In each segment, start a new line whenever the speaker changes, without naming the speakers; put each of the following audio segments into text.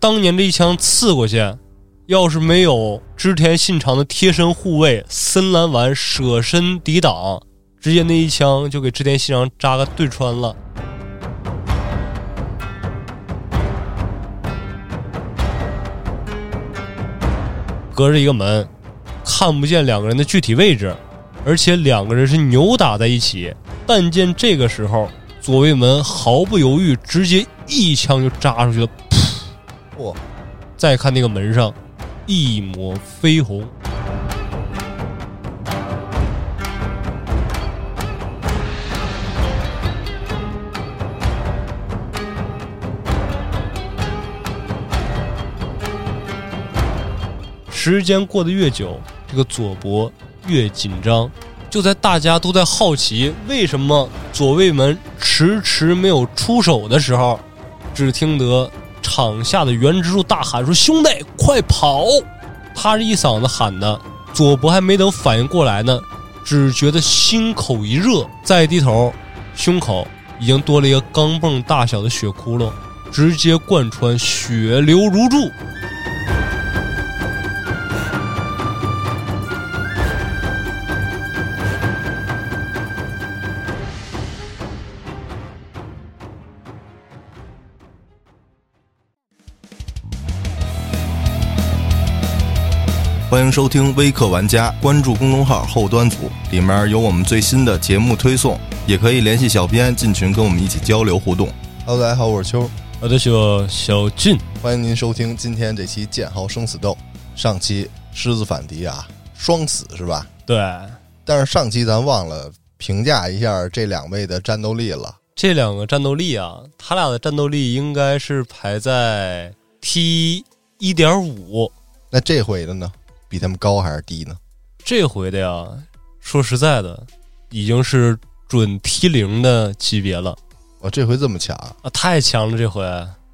当年这一枪刺过去，要是没有织田信长的贴身护卫森蓝丸舍身抵挡，直接那一枪就给织田信长扎个对穿了。隔着一个门，看不见两个人的具体位置，而且两个人是扭打在一起。但见这个时候，左卫门毫不犹豫，直接一枪就扎出去了。
嚯、
再看那个门上，一抹绯红。时间过得越久，这个佐伯越紧张。就在大家都在好奇为什么左卫门迟迟没有出手的时候，只听得场下的原支柱大喊说：“兄弟，快跑！”他这一嗓子喊的，佐伯还没等反应过来呢，只觉得心口一热，再低呃头，胸口已经多了一个钢镚大小的血窟窿，直接贯穿，血流如注。
欢迎收听微客玩家，关注公众号后端组，里面有我们最新的节目推送，也可以联系小编进群跟我们一起交流互动。Hello，大家好，我是秋，
我的小呃小俊，
欢迎您收听今天这期《剑豪生死斗》。上期狮子反敌啊，双死是吧？
对，
但是上期咱忘了评价一下这两位的战斗力了。
这两个战斗力啊，他俩的战斗力应该是排在 T 一点五。
那这回的呢，比他们高还是低呢？
这回的呀，说实在的，已经是准 T 零的级别了
哇，这回这么强
啊！太强了这回，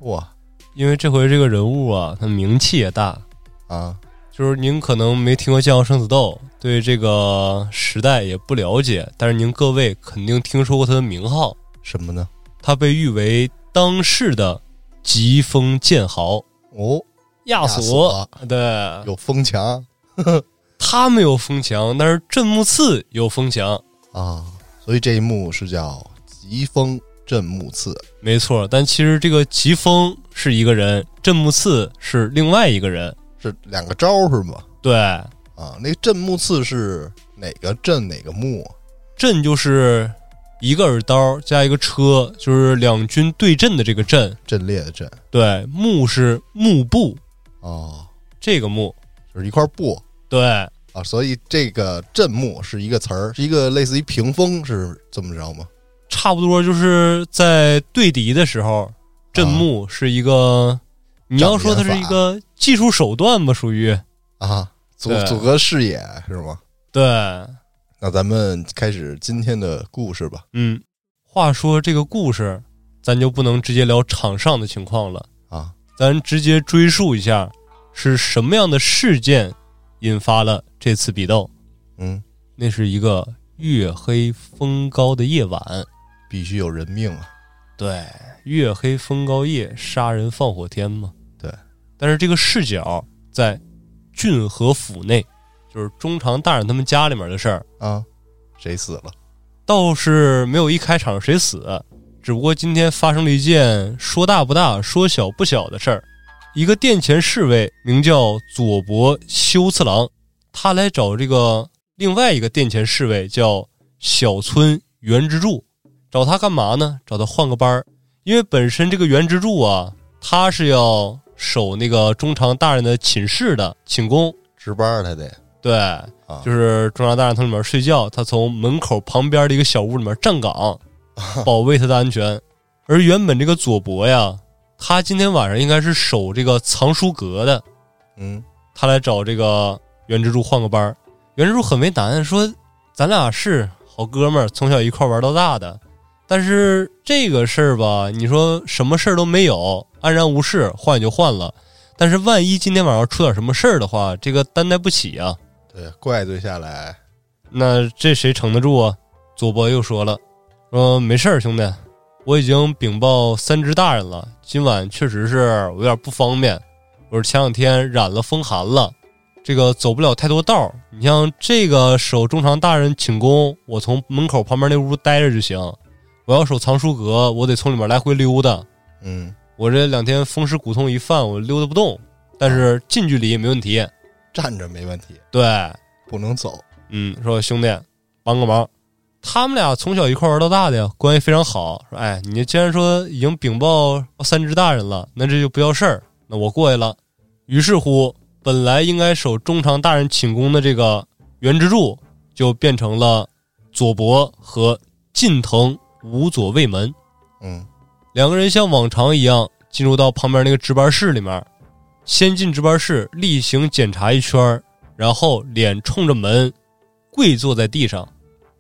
哇
因为这回这个人物啊，他名气也大。
啊！
就是您可能没听过《剑豪生死斗》，对这个时代也不了解，但是您各位肯定听说过他的名号。
什么呢？
他被誉为当世的疾风剑豪
哦，
亚
亚
索。
索
对，
有风墙
他没有风墙，但是镇木次有风墙，
啊，所以这一幕是叫疾风震木刺。
没错。但其实这个疾风是一个人，镇木次是另外一个人。
是两个招是吗？
对，
啊，那个震木刺是哪个震哪个啊木？
阵就是一个耳刀加一个车，就是两军对阵的这个阵。
阵列的阵
对，幕是幕布，
哦，
这个幕。
就是一块布
对，
啊，所以这个震木是一个词儿，是一个类似于屏风，是这么着吗？
差不多就是在对敌的时候，阵幕是一个，你要说它是一个技术手段吧，属于
啊，阻
对
阻隔视野是吗？
对，
那咱们开始今天的故事吧。
嗯。话说这个故事，咱就不能直接聊场上的情况了，
啊，
咱直接追溯一下是什么样的事件引发了这次比斗。
嗯，
那是一个月黑风高的夜晚，
必须有人命啊！
对，月黑风高夜，杀人放火天嘛。
对，
但是这个视角在骏河府内，就是中长大人他们家里面的事儿，
啊，谁死了？
倒是没有一开场谁死，只不过今天发生了一件说大不大、说小不小的事儿。一个殿前侍卫名叫佐伯修次郎，他来找这个另外一个殿前侍卫叫小村原之助，找他干嘛呢？找他换个班儿，因为本身这个原之助啊，他是要守那个中长大人的寝室的寝宫，
值班儿他得
对，
啊，
就是中长大人从里面睡觉，他从门口旁边的一个小屋里面站岗，保卫他的安全。而原本这个佐伯呀，他今天晚上应该是守这个藏书阁的，
嗯，
他来找这个袁之助换个班儿。袁之助很为难，说：“咱俩是好哥们儿，从小一块玩到大的，但是这个事儿吧，你说什么事儿都没有，安然无事，换也就换了。但是万一今天晚上出点什么事儿的话，这个担待不起啊。”
对，怪罪下来
那这谁承得住啊？佐伯又说了，说没事儿，兄弟，我已经禀报三职大人了，今晚确实是我有点不方便，我是前两天染了风寒了，这个走不了太多道儿。你像这个守中堂大人寝宫，我从门口旁边那屋待着就行；我要守藏书阁，我得从里面来回溜达。
嗯，
我这两天风湿骨痛一犯，我溜达不动，但是近距离没问题。
站着没问题，
对，
不能走。
嗯，说兄弟，帮个忙。他们俩从小一块玩到大的呀，关系非常好。说，哎，你既然说已经禀报三只大人了，那这就不叫事儿。那我过去了。于是乎，本来应该守中常大人寝宫的这个袁之柱，就变成了左伯和近藤无左卫门。
嗯
两个人像往常一样进入到旁边那个值班室里面，先进值班室例行检查一圈儿，然后脸冲着门，跪坐在地上。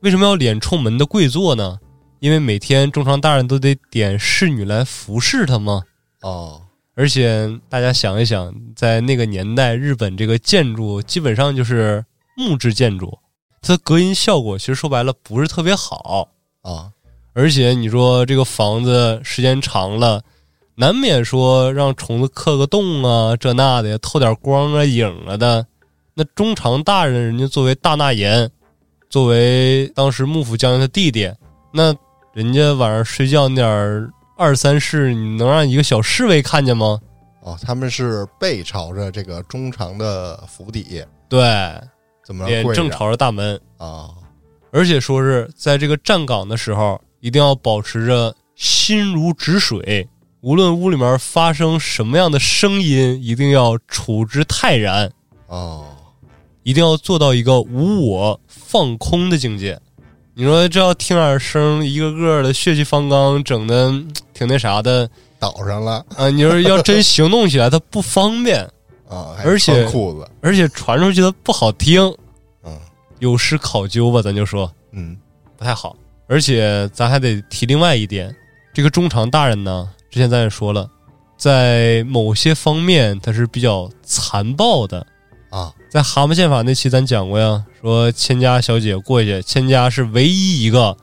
为什么要脸冲门的跪坐呢？因为每天中常大人都得点侍女来服侍他嘛。
哦，
而且大家想一想，在那个年代，日本这个建筑基本上就是木质建筑，它的隔音效果其实说白了不是特别好。
啊，
而且你说这个房子时间长了，难免说让虫子刻个洞啊，这那的透点光啊、影啊的。那中常大人人家作为大纳言，作为当时幕府将军的弟弟，那人家晚上睡觉那点儿二三事，你能让一个小侍卫看见吗？
哦，他们是背朝着这个中长的府邸，
对，
怎么着
脸
跪着
正朝着大门，
啊？
而且说是在这个站岗的时候，一定要保持着心如止水，无论屋里面发生什么样的声音，一定要处之泰然，
哦，
一定要做到一个无我放空的境界。你说这要听点声，一个个的血气方刚，整的嗯挺那啥的
倒上了
啊！你说要真行动起来，它不方便，
啊，还
而且
穿裤子，
而且传出去它不好听，
嗯
有失考究吧？咱就说，
嗯
不太好。而且咱还得提另外一点，这个中常大人呢，之前咱也说了，在某些方面他是比较残暴的。
啊，
在《蛤蟆宪法》那期咱讲过呀，说千家小姐过去，千家是唯一一个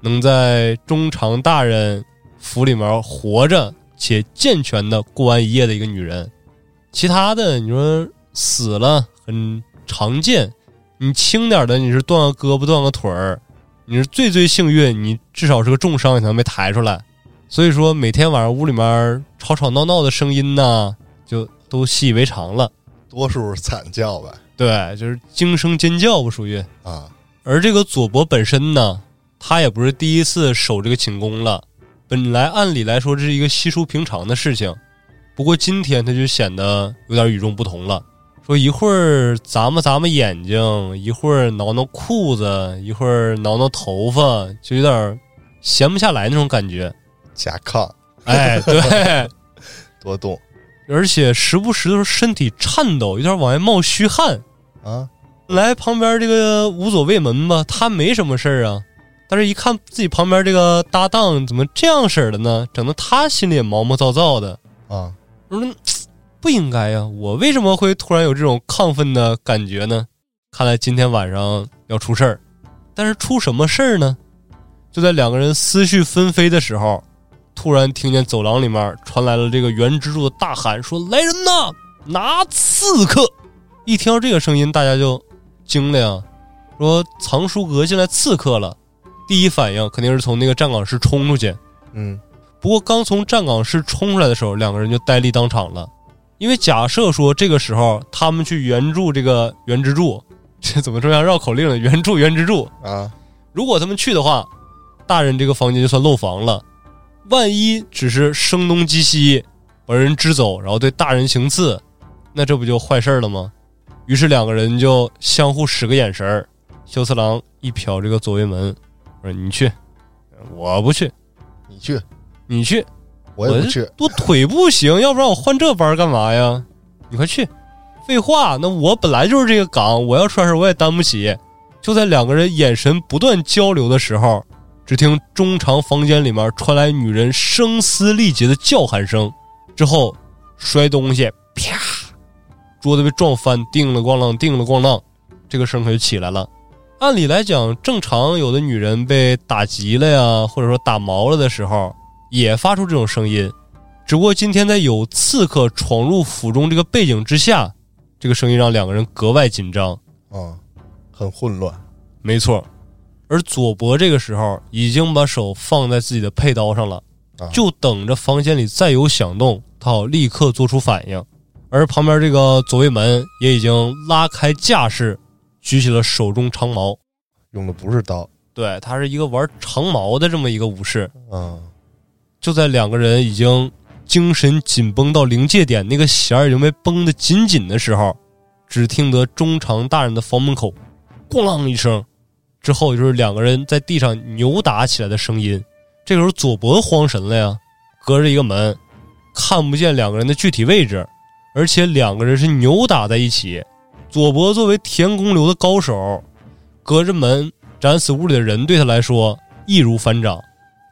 能在中常大人府里面活着且健全的过完一夜的一个女人。其他的你说死了很常见，你轻点的你是断个胳膊断个腿儿，你是最最幸运，你至少是个重伤，你才能被抬出来。所以说每天晚上屋里面吵吵闹闹的声音呢，就都习以为常了。
多数是惨叫吧
对，就是惊声尖叫吧，属于。
啊，
而这个佐伯本身呢，他也不是第一次守这个寝宫了。本来按理来说这是一个稀疏平常的事情，不过今天他就显得有点与众不同了。说一会儿眨巴眨巴眼睛，一会儿挠挠裤子，一会儿挠挠头发，就有点闲不下来那种感觉。
假炕
哎，对，
多动
而且时不时的时候身体颤抖，有点往外冒虚汗。
啊，
来旁边这个无所谓门吧，他没什么事儿啊。但是，一看自己旁边这个搭档怎么这样式儿的呢？整得他心里也毛毛躁躁的。
啊，
我说嘖不应该呀、我为什么会突然有这种亢奋的感觉呢？看来今天晚上要出事儿。但是出什么事儿呢？就在两个人思绪纷飞的时候，突然听见走廊里面传来了这个原支柱的大喊，说：“来人呐，拿刺客！”一听到这个声音，大家就惊了呀，说藏书阁进来刺客了。第一反应肯定是从那个站岗室冲出去，
嗯
不过刚从站岗室冲出来的时候，两个人就呆立当场了，因为假设说这个时候他们去援助这个原支柱， 这怎么说像绕口令呢？援助原支柱，
啊，
如果他们去的话，大人这个房间就算漏房了。万一只是声东击西，把人支走，然后对大人行刺，那这不就坏事儿了吗？于是两个人就相互使个眼神儿。修次郎一瞟这个左卫门，说：“你去，我不去，
你去，
你去。”
我也不去，
我腿不行，要不然我换这班干嘛呀？你快去！废话，那我本来就是这个岗，我要出点事我也担不起。就在两个人眼神不断交流的时候，只听中长房间里面传来女人声嘶力竭的叫喊声，之后摔东西，啪，桌子被撞翻，叮了咣啷，叮了咣啷，这个声可就起来了。按理来讲，正常有的女人被打急了呀，或者说打毛了的时候，也发出这种声音，只不过今天在有刺客闯入府中这个背景之下，这个声音让两个人格外紧张。
啊，很混乱。
没错，而佐伯这个时候已经把手放在自己的佩刀上了
啊，
就等着房间里再有响动，他好立刻做出反应。而旁边这个左卫门也已经拉开架势，举起了手中长矛。
用的不是刀
对他是一个玩长矛的这么一个武士。
啊，
就在两个人已经精神紧绷到临界点，那个弦儿已经被绷得紧紧的时候，只听得中长大人的房门口“咣啷”一声，之后就是两个人在地上扭打起来的声音。这个时候，佐伯慌神了呀，隔着一个门，看不见两个人的具体位置，而且两个人是扭打在一起。佐伯作为田宫流的高手，隔着门斩死屋里的人对他来说易如反掌。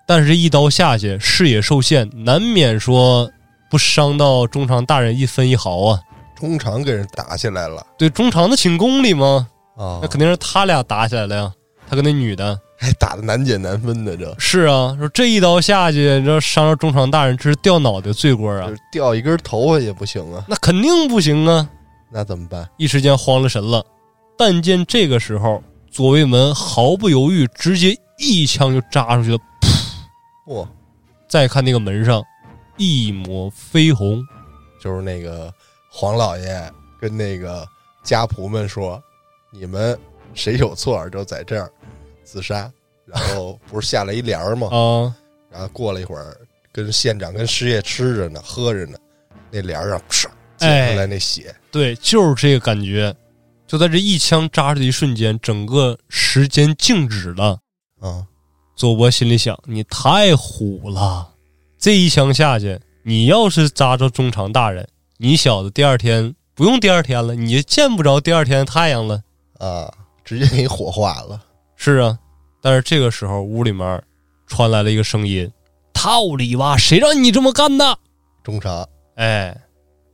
但是，一刀下去，视野受限，难免说不伤到中长大人一分一毫啊。
中场给人打起来了
对，中长的寝宫里吗？
啊
那肯定是他俩打起来了呀。他跟那女的
还打的难解难分的，这
是啊，说这一刀下去，你知道伤着中长大人，这是掉脑袋罪过啊
就是，掉一根头发也不行啊，
那肯定不行啊。
那怎么办？
一时间慌了神了。但见这个时候，左卫门毫不犹豫，直接一枪就扎出去了。
嚯、
再看那个门上，一抹绯红，
就是那个黄老爷跟那个家仆们说，你们谁有错就在这儿自杀，然后不是下来一帘儿吗？
啊
然后过了一会儿，跟县长跟师爷吃着呢，喝着呢，那帘儿上唰溅出来那血，
对，就是这个感觉。就在这一枪扎出的一瞬间，整个时间静止了。
啊，
佐伯心里想：你太虎了！这一枪下去，你要是扎着中长大人，你小子第二天不用第二天了，你也见不着第二天的太阳了。
啊，直接给你火化了，
是啊，但是这个时候屋里面传来了一个声音：“套里哇，谁让你这么干的？”
中场
哎，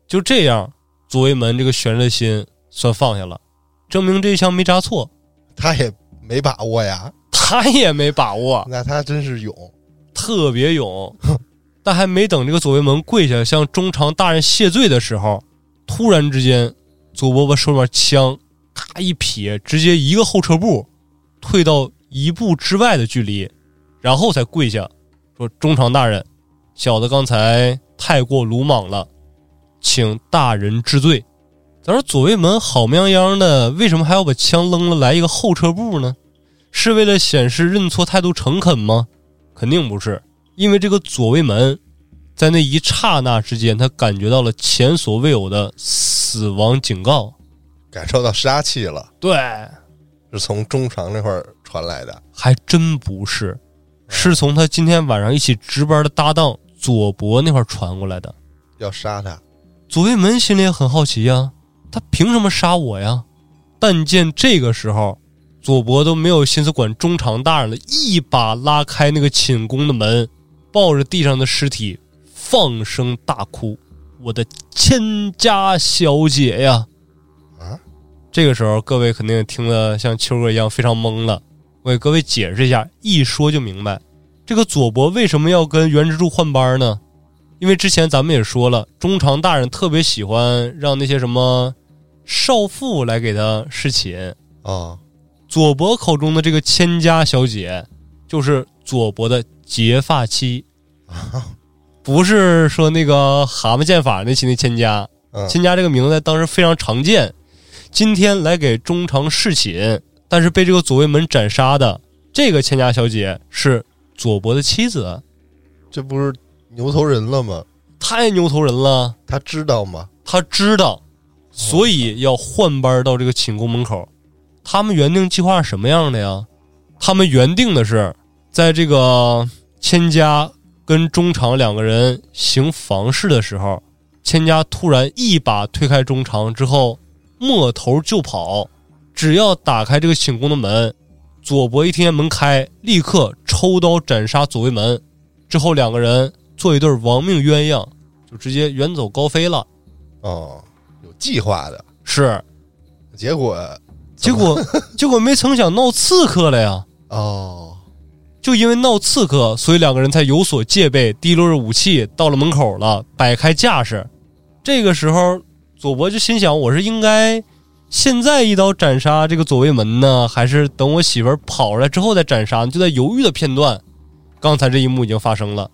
就这样，左卫门这个悬着的心算放下了，证明这一枪没扎错。
他也没把握呀，
他也没把握，
那他真是勇，
特别勇。但还没等这个左卫门跪下向中长大人谢罪的时候，突然之间，左伯伯手里面枪咔一撇，直接一个后撤步，退到一步之外的距离，然后才跪下说：“中长大人，小子刚才太过鲁莽了，请大人治罪。”咱说左卫门好喵泱的，为什么还要把枪扔了来一个后撤步呢？是为了显示认错态度诚恳吗？肯定不是，因为这个左卫门在那一刹那之间，他感觉到了前所未有的死亡警告。
感受到杀气了，
对，
是从中场那块儿传来的，
还真不是，是从他今天晚上一起值班的搭档左伯那块传过来的。
要杀他，
左卫门心里也很好奇呀，他凭什么杀我呀？但见这个时候，左伯都没有心思管中长大人了，一把拉开那个寝宫的门，抱着地上的尸体，放声大哭：“我的千家小姐呀！”
啊，
这个时候各位肯定听得像秋哥一样非常懵了。我给各位解释一下，一说就明白，这个左伯为什么要跟袁之柱换班呢？因为之前咱们也说了，中常大人特别喜欢让那些什么少妇来给他侍寝。
啊，
左伯口中的这个千家小姐，就是左伯的结发妻，不是说那个蛤蟆剑法那期那千家。
嗯
千家这个名字在当时非常常见。今天来给中常侍寝，但是被这个左卫门斩杀的这个千家小姐是左伯的妻子，
这不是牛头人了吗？
太牛头人了。
他知道吗？
他知道，所以要换班到这个寝宫门口。他们原定计划是什么样的呀？他们原定的是，在这个千家跟中场两个人行房事的时候，千家突然一把推开中场之后，摸头就跑。只要打开这个寝宫的门，左伯一听见门开，立刻抽刀斩杀左卫门。之后两个人做一对亡命鸳鸯，就直接远走高飞了。
哦，有计划的，
是，
结果
结果结果没曾想闹刺客了呀！
哦，
就因为闹刺客，所以两个人才有所戒备，提溜着武器到了门口了，摆开架势。这个时候，佐伯就心想：我是应该现在一刀斩杀这个左卫门呢，还是等我媳妇儿跑出来之后再斩杀？就在犹豫的片段，刚才这一幕已经发生了。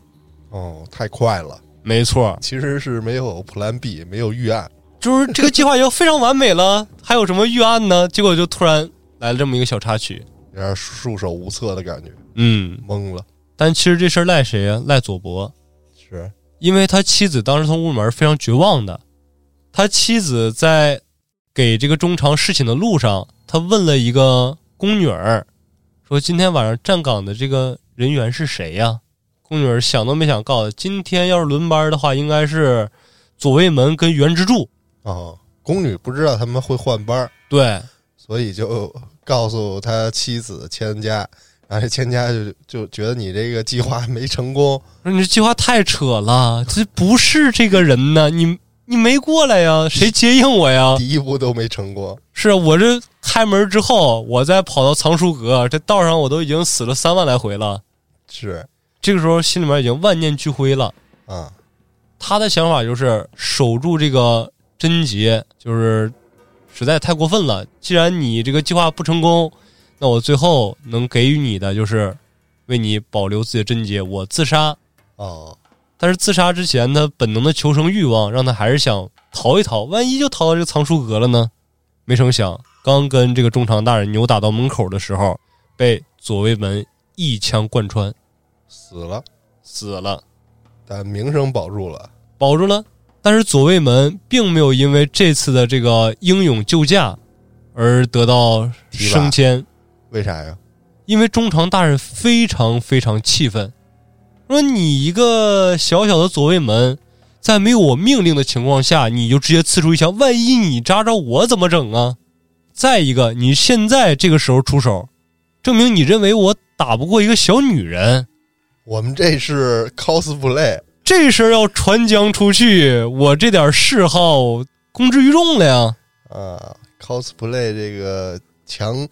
哦，太快了，
没错，
其实是没有 Plan B，没有预案，
就是这个计划已经非常完美了，还有什么预案呢？结果就突然来了这么一个小插曲。
有点束手无策的感觉，
嗯，
懵了。
但其实这事儿赖谁呀、赖佐伯。
是，
因为他妻子当时从屋门非常绝望的，他妻子在给这个中长侍寝的路上，他问了一个宫女儿，说今天晚上站岗的这个人员是谁呀、宫女儿想都没想告诉他，今天要是轮班的话，应该是左卫门跟袁之柱。
哦，宫女不知道他们会换班儿，
对，
所以就告诉他妻子千家，然后这千家就就觉得你这个计划没成功，
说你这计划太扯了，这不是这个人呢，你你没过来呀，谁接应我呀？
第一步都没成功。
是我这开门之后，我再跑到藏书阁，这道上我都已经死了三万来回了。
是
这个时候心里面已经万念俱灰了。
啊，
他的想法就是守住这个贞洁，就是实在太过分了。既然你这个计划不成功，那我最后能给予你的就是为你保留自己的贞洁，我自杀。
哦，
但是自杀之前，他本能的求生欲望让他还是想逃一逃，万一就逃到这个藏书阁了呢？没成想，刚跟这个中常大人扭打到门口的时候，被左卫门一枪贯穿，
死了，
死了，
但名声保住了。
保住了。但是左卫门并没有因为这次的这个英勇救驾而得到
提拔
升迁，
为啥呀？
因为中常大人非常非常气愤，说你一个小小的左卫门，在没有我命令的情况下，你就直接刺出一枪，万一你扎着我怎么整啊？再一个，你现在这个时候出手，证明你认为我打不过一个小女人，
我们这是 cosplay，
这事儿要传将出去，我这点嗜好公之于众了呀。
啊，cosplay 这个强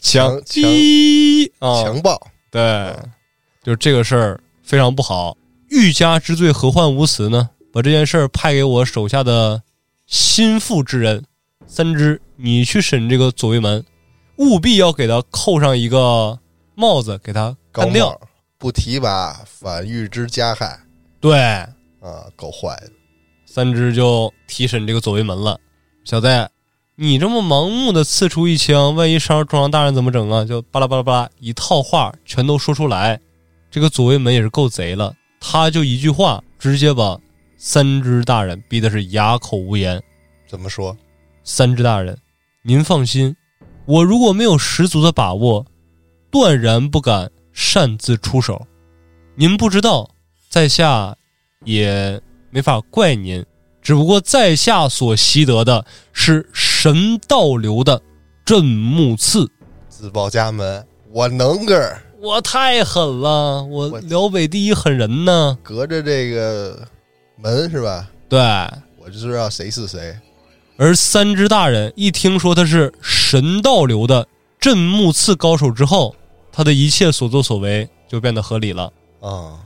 强
强逼啊，
强暴，
对，就这个事儿非常不好。欲加之罪，何患无辞呢？把这件事儿派给我手下的心腹之人三只，你去审这个左卫门，务必要给他扣上一个帽子，给他
高
干掉。
帽不提拔，反欲之加害
对，
啊，够坏的。
三只就提审这个左卫门了。小戴，你这么盲目的刺出一枪，万一伤着中央大人怎么整啊？就巴拉巴拉巴拉一套话全都说出来，这个左卫门也是够贼了，他就一句话直接把三只大人逼的是哑口无言。
怎么说？
三只大人，您放心，我如果没有十足的把握，断然不敢擅自出手。您不知道，在下也没法怪您，只不过在下所习得的是神道流的镇木刺，
自报家门，我能个儿
我太狠了，我
我
辽北第一狠人呢。
隔着这个门是吧？
对，
我就知道谁是谁。
而三只大人一听说他是神道流的镇木刺高手之后，他的一切所作所为就变得合理了。
啊、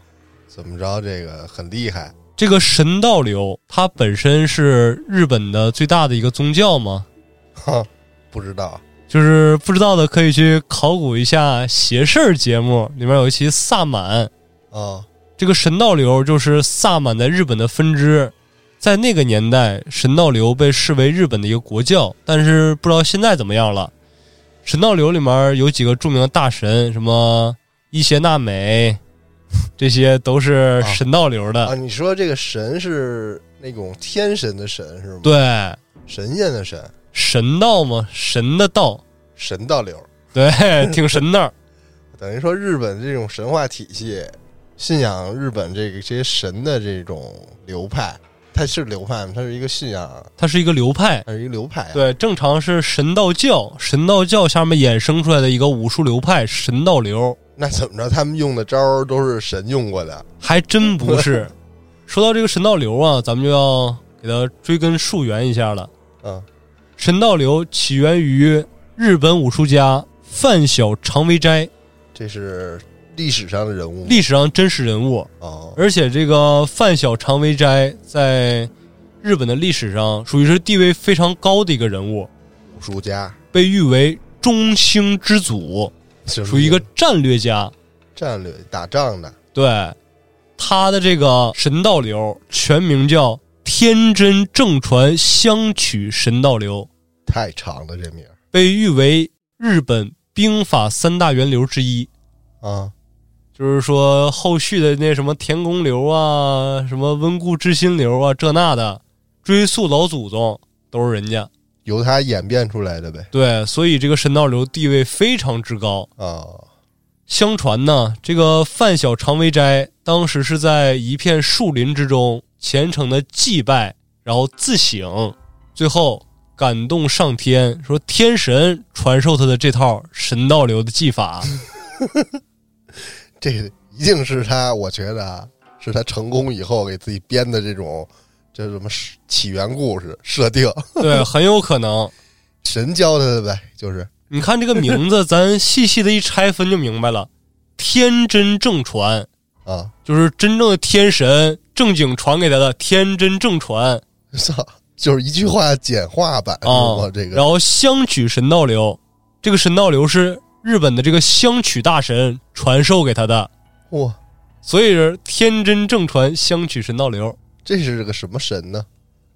怎么着？这个很厉害，
这个神道流，它本身是日本的最大的一个宗教嘛，
哼，不知道
就是不知道的可以去考古一下邪事儿节目，里面有一期萨满，
啊、
这个神道流就是萨满在日本的分支，在那个年代，神道流被视为日本的一个国教，但是不知道现在怎么样了。神道流里面有几个著名的大神，什么伊邪那美，这些都是
啊
神道流的。
啊！你说这个神是那种天神的神是吗？，
对，
神仙的神，
神道嘛，神的道，
神道流，
对，挺神道。
等于说日本这种神话体系，信仰日本这个这些神的这种流派，它是流派吗？它是一个信仰，
它是一个流派，
它是一个流派、啊。，
对，正常是神道教，神道教下面衍生出来的一个武术流派，神道流，
那怎么着？他们用的招儿都是神用过的，
还真不是。说到这个神道流啊，咱们就要给它追根溯源一下了。
嗯，
神道流起源于日本武术家范小常为斋，
这是历史上的人物吗
历史上真实人物。
哦，
而且这个范小常为斋在日本的历史上属于是地位非常高的一个人物，
武术家，
被誉为中兴之祖，
属
属于一个战略家。
战略打仗的，
对，他的这个神道流全名叫天真正传香曲神道流，
太长了这名儿
被誉为日本兵法三大源流之一。
啊，
就是说，后续的那什么田宫流啊，什么温故知新流啊，这那的，追溯老祖宗都是人家。
由他演变出来的呗
对，所以这个神道流地位非常之高。
啊，
相传呢，这个范小常为斋当时是在一片树林之中虔诚的祭拜，然后自省，最后感动上天，说天神传授他的这套神道流的技法。
这个一定是他，我觉得啊，是他成功以后给自己编的这种这什么起源故事设定，
对，很有可能。
神教他的呗，就是
你看这个名字，咱细细的一拆分就明白了，天真正传
啊，
就是真正的天神正经传给他的天真正传。
操，就是一句话简化版，是
啊
吗？，这个
然后香曲神道流，这个神道流是日本的这个香曲大神传授给他的，
哇，
所以是天真正传香曲神道流。
这是个什么神呢？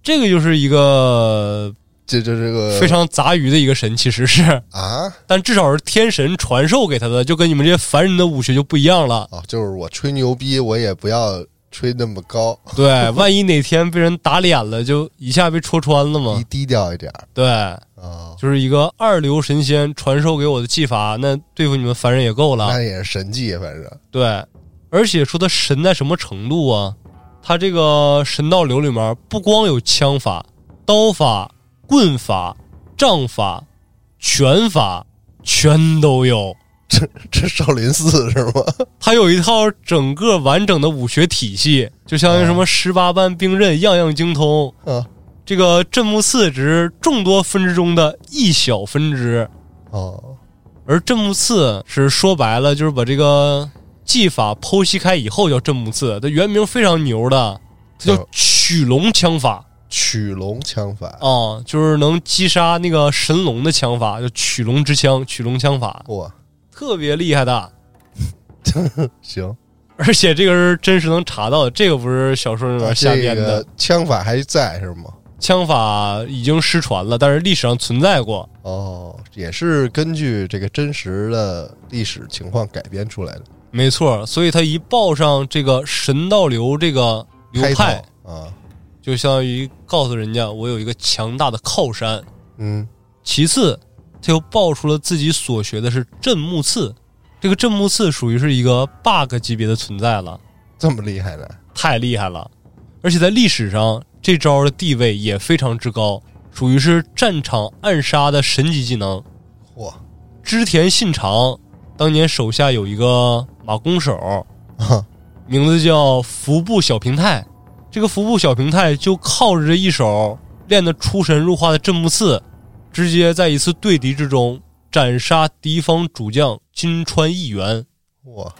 这个就是一个
这这这个
非常杂鱼的一个
呃
神，其实是，
啊
但至少是天神传授给他的，就跟你们这些凡人的武学就不一样了。
啊，就是我吹牛逼，我也不要吹那么高，
对，万一哪天被人打脸了，就一下被戳穿了嘛
低。低调一点儿
对，
啊，
就是一个二流神仙传授给我的技法，那对付你们凡人也够了。
那也是神迹，反正
对，而且说他神在什么程度啊？他这个神道流里面不光有枪法、刀法、棍法、杖法、拳法，全都有。
这少林寺是吗？
他有一套整个完整的武学体系，就相当于什么十八般兵刃，样样精通。
啊
这个镇木次只是众多分支中的一小分支，
哦，
而镇木次是说白了就是把这个技法剖析开以后叫镇木次，它原名非常牛的，它叫
叫
取龙枪法
取龙枪法，
啊，就是能击杀那个神龙的枪法，叫取龙之枪，取龙枪法
哇，
特别厉害的，
行，
而且这个是真实能查到的，这个不是小说里面瞎
啊这
编的，
个枪法还在是吗？
枪法已经失传了，但是历史上存在过。
哦，也是根据这个真实的历史情况改编出来的
没错，所以他一报上这个神道流这个流
开头
派，
啊，
就相当于告诉人家我有一个强大的靠山。
嗯，
其次，他又爆出了自己所学的是镇木次，这个镇木次属于是一个 bug 级别的存在了，
这么厉害的
太厉害了！而且在历史上，这招的地位也非常之高，属于是战场暗杀的神级技能。
嚯
织田信长当年手下有一个马弓手，
啊，
名字叫服部小平太。这个服部小平太就靠着这一手练得出神入化的镇木次，直接在一次对敌之中斩杀敌方主将金川义元。
哇，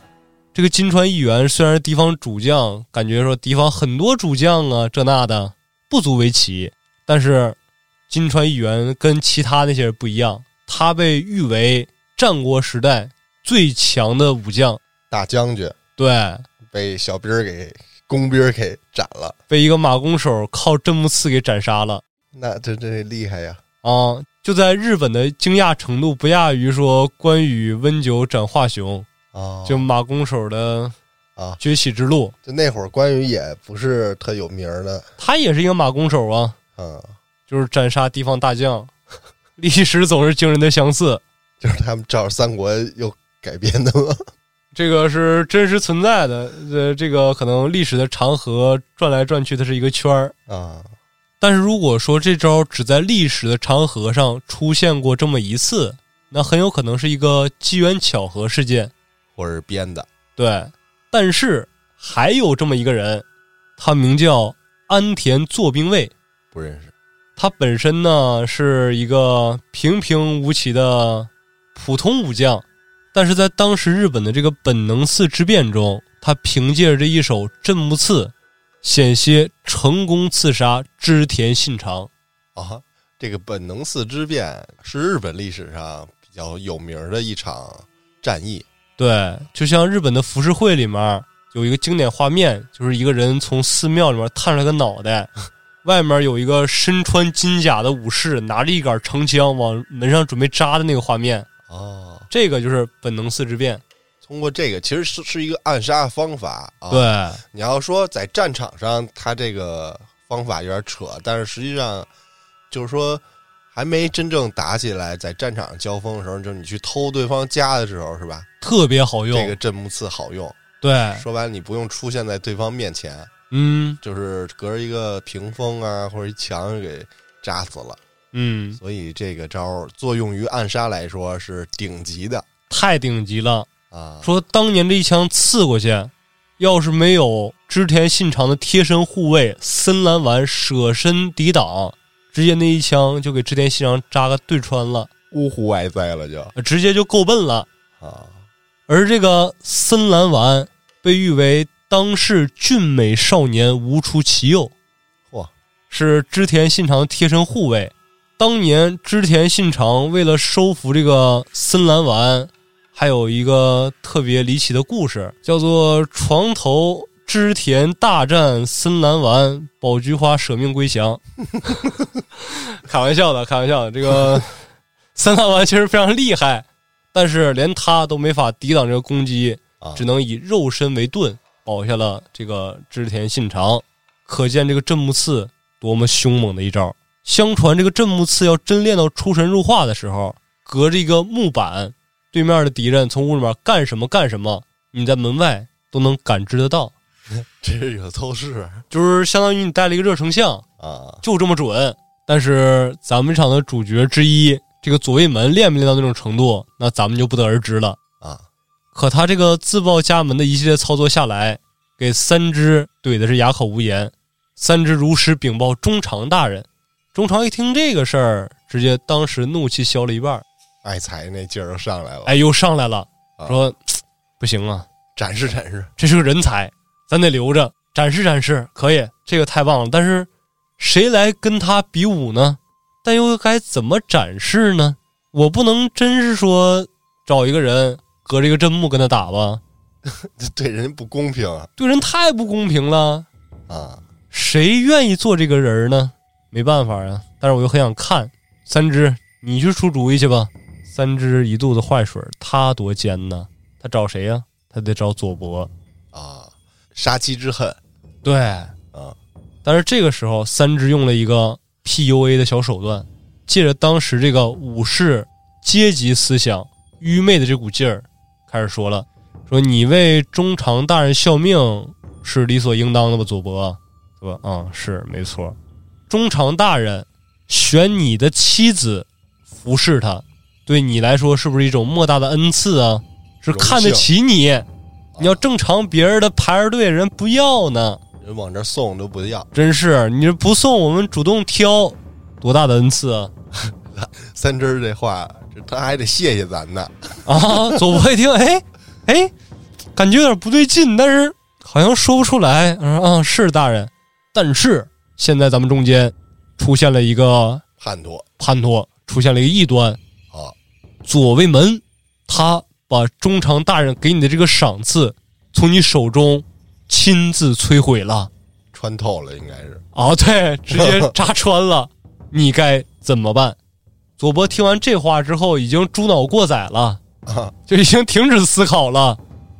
这个金川义元虽然是敌方主将，感觉说敌方很多主将啊这那的不足为奇，但是金川义元跟其他那些人不一样，他被誉为战国时代最强的武将。
大将军
对，
被小兵儿给工兵儿给斩了，
被一个马弓手靠镇木刺给斩杀了
那这这厉害呀！
啊！就在日本的惊讶程度不亚于说关羽温酒斩华雄，
啊，
就马弓手的
啊
崛起之路，
就那会儿关羽也不是特有名儿的，
他也是一个马弓手啊，
嗯，
就是斩杀敌方大将。 历史总是惊人的相似，
就是他们照着三国又改编的嘛。
这个是真实存在的。呃，这个可能历史的长河转来转去，它是一个圈儿。
啊，
但是如果说这招只在历史的长河上出现过这么一次，那很有可能是一个机缘巧合事件。
或者是编的
对，但是还有这么一个人，他名叫安田坐兵卫，
不认识
他本身呢是一个平平无奇的普通武将，但是在当时日本的这个本能寺之变中，他凭借着这一手镇木刺，险些成功刺杀织田信长。
啊，这个本能寺之变是日本历史上比较有名儿的一场战役。
对，就像日本的浮世绘里面有一个经典画面，就是一个人从寺庙里面探出来个脑袋，外面有一个身穿金甲的武士拿着一杆长枪往门上准备扎的那个画面，
哦，
这个就是本能寺之变。
通过这个其实是是一个暗杀方法啊。，
对，
你要说在战场上，他这个方法有点扯，但是实际上就是说还没真正打起来，在战场上交锋的时候，就是你去偷对方家的时候，是吧？
特别好用。
这个镇木刺好用。
对，
说白了，你不用出现在对方面前，
嗯
就是隔着一个屏风啊或者一墙给扎死了。
嗯，
所以这个招儿作用于暗杀来说是顶级的
太顶级了。
啊。
说当年这一枪刺过去，要是没有织田信长的贴身护卫森兰丸舍身抵挡，直接那一枪就给织田信长扎个对穿了，
呜呼外哉了就
呃直接就够笨了。
啊，
而这个森兰丸被誉为当世俊美少年无出其右，
嚯，
是织田信长的贴身护卫。当年织田信长为了收服这个森兰丸，还有一个特别离奇的故事，叫做“床头织田大战森兰丸，宝菊花舍命归降” 。开玩笑的，开玩笑的。这个 森兰丸其实非常厉害，但是连他都没法抵挡这个攻击，
啊
只能以肉身为盾保下了这个织田信长。可见这个镇木刺多么凶猛的一招！相传这个镇木刺要真练到出神入化的时候，隔着一个木板，对面的敌人从屋里面干什么干什么，你在门外都能感知得到，
这是有透视
就是相当于你带了一个热成像，
啊，
就这么准。但是咱们这场的主角之一，这个左卫门练没练到那种程度，那咱们就不得而知了。
啊，
可他这个自报家门的一系列操作下来，给三只怼的是哑口无言。三只如实禀报中常大人，中常一听这个事儿，直接当时怒气消了一半儿，
爱财那劲儿又上来了，
哎，又上来了，
啊
说嘖不行啊，
展示展示
这是个人才，咱得留着展示展示，可以，这个太棒了。但是谁来跟他比武呢？但又该怎么展示呢？我不能真是说找一个人隔着一个真木跟他打吧，
这对人不公平啊
对人太不公平了。
啊！
谁愿意做这个人儿呢？没办法呀、但是我又很想看三只，你去出主意去吧。三只一肚子坏水，他多奸呢？他找谁呀、他得找佐伯。
啊杀妻之恨
对，
啊，
但是这个时候三只用了一个 PUA 的小手段，借着当时这个武士阶级思想愚昧的这股劲儿，开始说了：“说你为中常大人效命是理所应当的吧，佐伯？对吧？啊、是没错。中常大人选你的妻子服侍他，对你来说是不是一种莫大的恩赐啊？是看得
荣幸
起你。你要正常别人的排着队，人不要呢。”
人往这送都不要，
真是你这不送我们主动挑，多大的恩赐啊！
三只儿这话，这他还得谢谢咱呢
啊， 左伯一听，哎哎，感觉有点不对劲，但是好像说不出来。嗯啊，是大人，但是现在咱们中间出现了一个
叛徒
叛徒，出现了一个异端，
啊
左卫门，他把中常大人给你的这个赏赐，从你手中亲自摧毁了。
穿透了，应该是
啊，对，直接扎穿了，你该怎么办？佐伯听完这话之后，已经猪脑过载了，
啊
就已经停止思考了，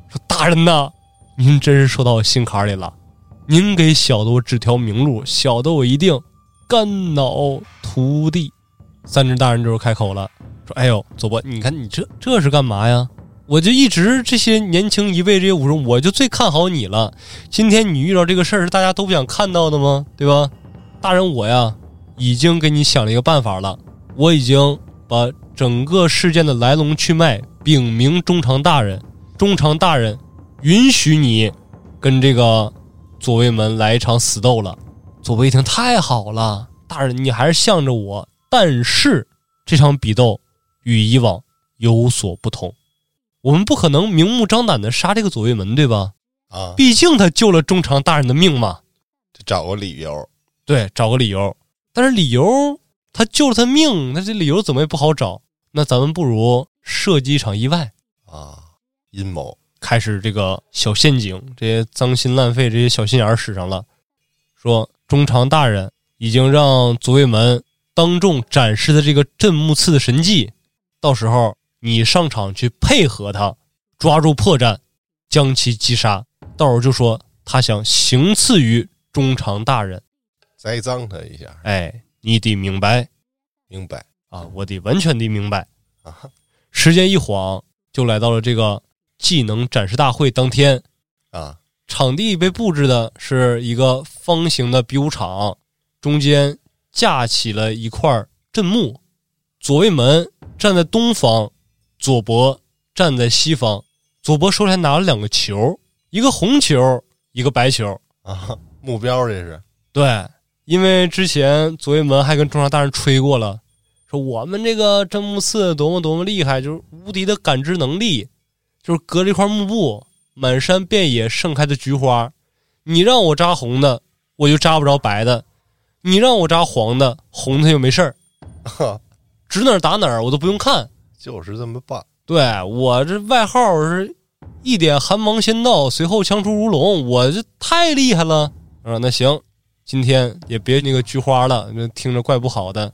说：“大人呐，您真是说到我心坎里了，您给小的我指条明路，小的我一定肝脑涂地。”三只大人就是开口了，说：“哎呦，佐伯，你看你这这是干嘛呀？我就一直这些年轻一辈这些武士，我就最看好你了。今天你遇到这个事儿是大家都不想看到的吗？对吧？大人我呀，已经给你想了一个办法了，我已经把整个事件的来龙去脉禀明中常大人，中常大人允许你跟这个左卫门来一场死斗了。左卫一听，太好了，大人你还是向着我，但是这场比斗与以往有所不同。我们不可能明目张胆的杀这个左卫门，对吧？
啊，
毕竟他救了中常大人的命嘛。
就找个理由，
对，找个理由。但是理由他救了他命，那这理由怎么也不好找。那咱们不如设计一场意外，
啊，阴谋。
开始这个小陷阱，这些脏心烂肺，这些小心眼儿使上了。说中常大人已经让左卫门当众展示的这个镇木刺的神技，到时候你上场去配合他，抓住破绽，将其击杀。到时候就说他想行刺于中常大人，
栽赃他一下，
哎，你得明白
明白
啊，我得完全的明白。
啊？
时间一晃就来到了这个技能展示大会当天，
啊，
场地被布置的是一个方形的比武场，中间架起了一块阵幕。左卫门站在东方，左伯站在西方。左伯手里还拿了两个球，一个红球，一个白球。
啊，目标这是
对，因为之前左卫门还跟中场大人吹过了，说我们这个真木刺多么多么厉害，就是无敌的感知能力，就是隔着一块幕布，满山遍野盛开的菊花，你让我扎红的，我就扎不着白的；你让我扎黄的，红的就没事儿，指哪儿打哪儿，我都不用看。
就是这么棒
对我这外号是一点寒芒先到，随后枪出如龙，我这太厉害了啊！那行，今天也别那个菊花了，那听着怪不好的，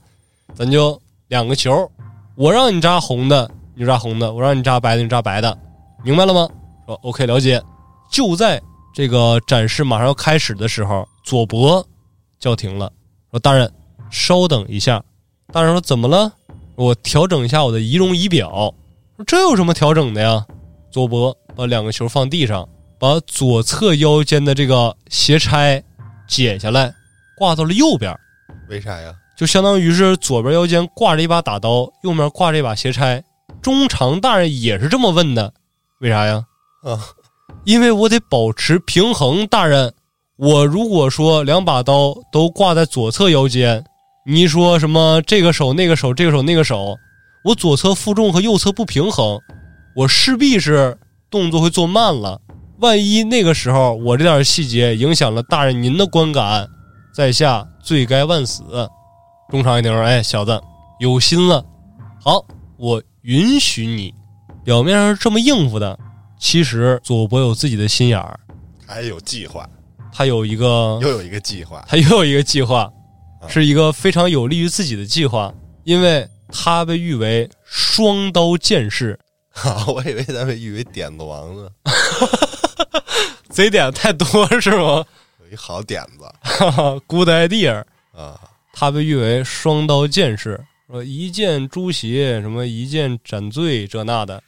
咱就两个球，我让你扎红的，你就扎红的；我让你扎白的，你扎白的，明白了吗？说 OK，了解。就在这个展示马上要开始的时候，左伯叫停了，说：“大人，稍等一下。”大人说：“怎么了？”我调整一下我的仪容仪表。说这有什么调整的呀？左伯把两个球放地上，把左侧腰间的这个斜钗解下来，挂到了右边，
为啥呀？
就相当于是左边腰间挂着一把打刀，右面挂着一把斜钗。中常大人也是这么问的，为啥呀？
啊，
因为我得保持平衡，大人。我如果说两把刀都挂在左侧腰间，你一说什么这个手那个手这个手那个手，我左侧负重和右侧不平衡，我势必是动作会做慢了。万一那个时候我这点细节影响了大人您的观感，在下罪该万死。中场一听，哎，小子有心了，好，我允许你。表面上是这么应付的，其实左伯有自己的心眼儿，
还有计划，
他有一个，
又有一个计划
他又有一个计划，
啊
是一个非常有利于自己的计划，因为他被誉为双刀剑士，
啊！我以为咱们以为点子王呢，
贼点太多是吗？
有一好点子
哈哈，Good idea，
啊！
他被誉为双刀剑士，说一剑诛邪，什么一剑斩罪这那的，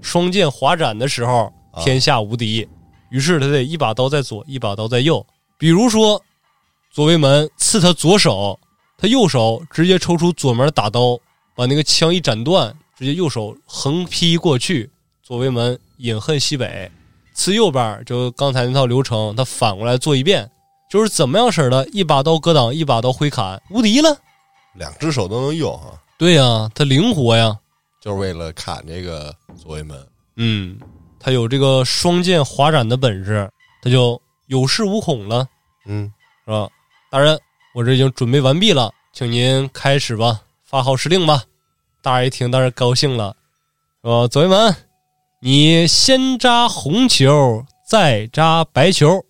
双剑划斩的时候
啊
天下无敌。于是他得一把刀在左，一把刀在右。比如说，左卫门刺他左手，他右手直接抽出左门打刀，把那个枪一斩断，直接右手横劈过去。左卫门饮恨西北，刺右边就刚才那套流程，他反过来做一遍，就是怎么样式儿的，一把刀格挡，一把刀挥砍，无敌了。
两只手都能用啊，
对呀、他灵活呀，
就是为了砍这个左卫门。
嗯，他有这个双剑划斩的本事，他就有恃无恐了，
嗯，
是吧？大人，我这已经准备完毕了，请您开始吧，发号施令吧。大人一听，当然高兴了，说：“左卫门，你先扎红球，再扎白球。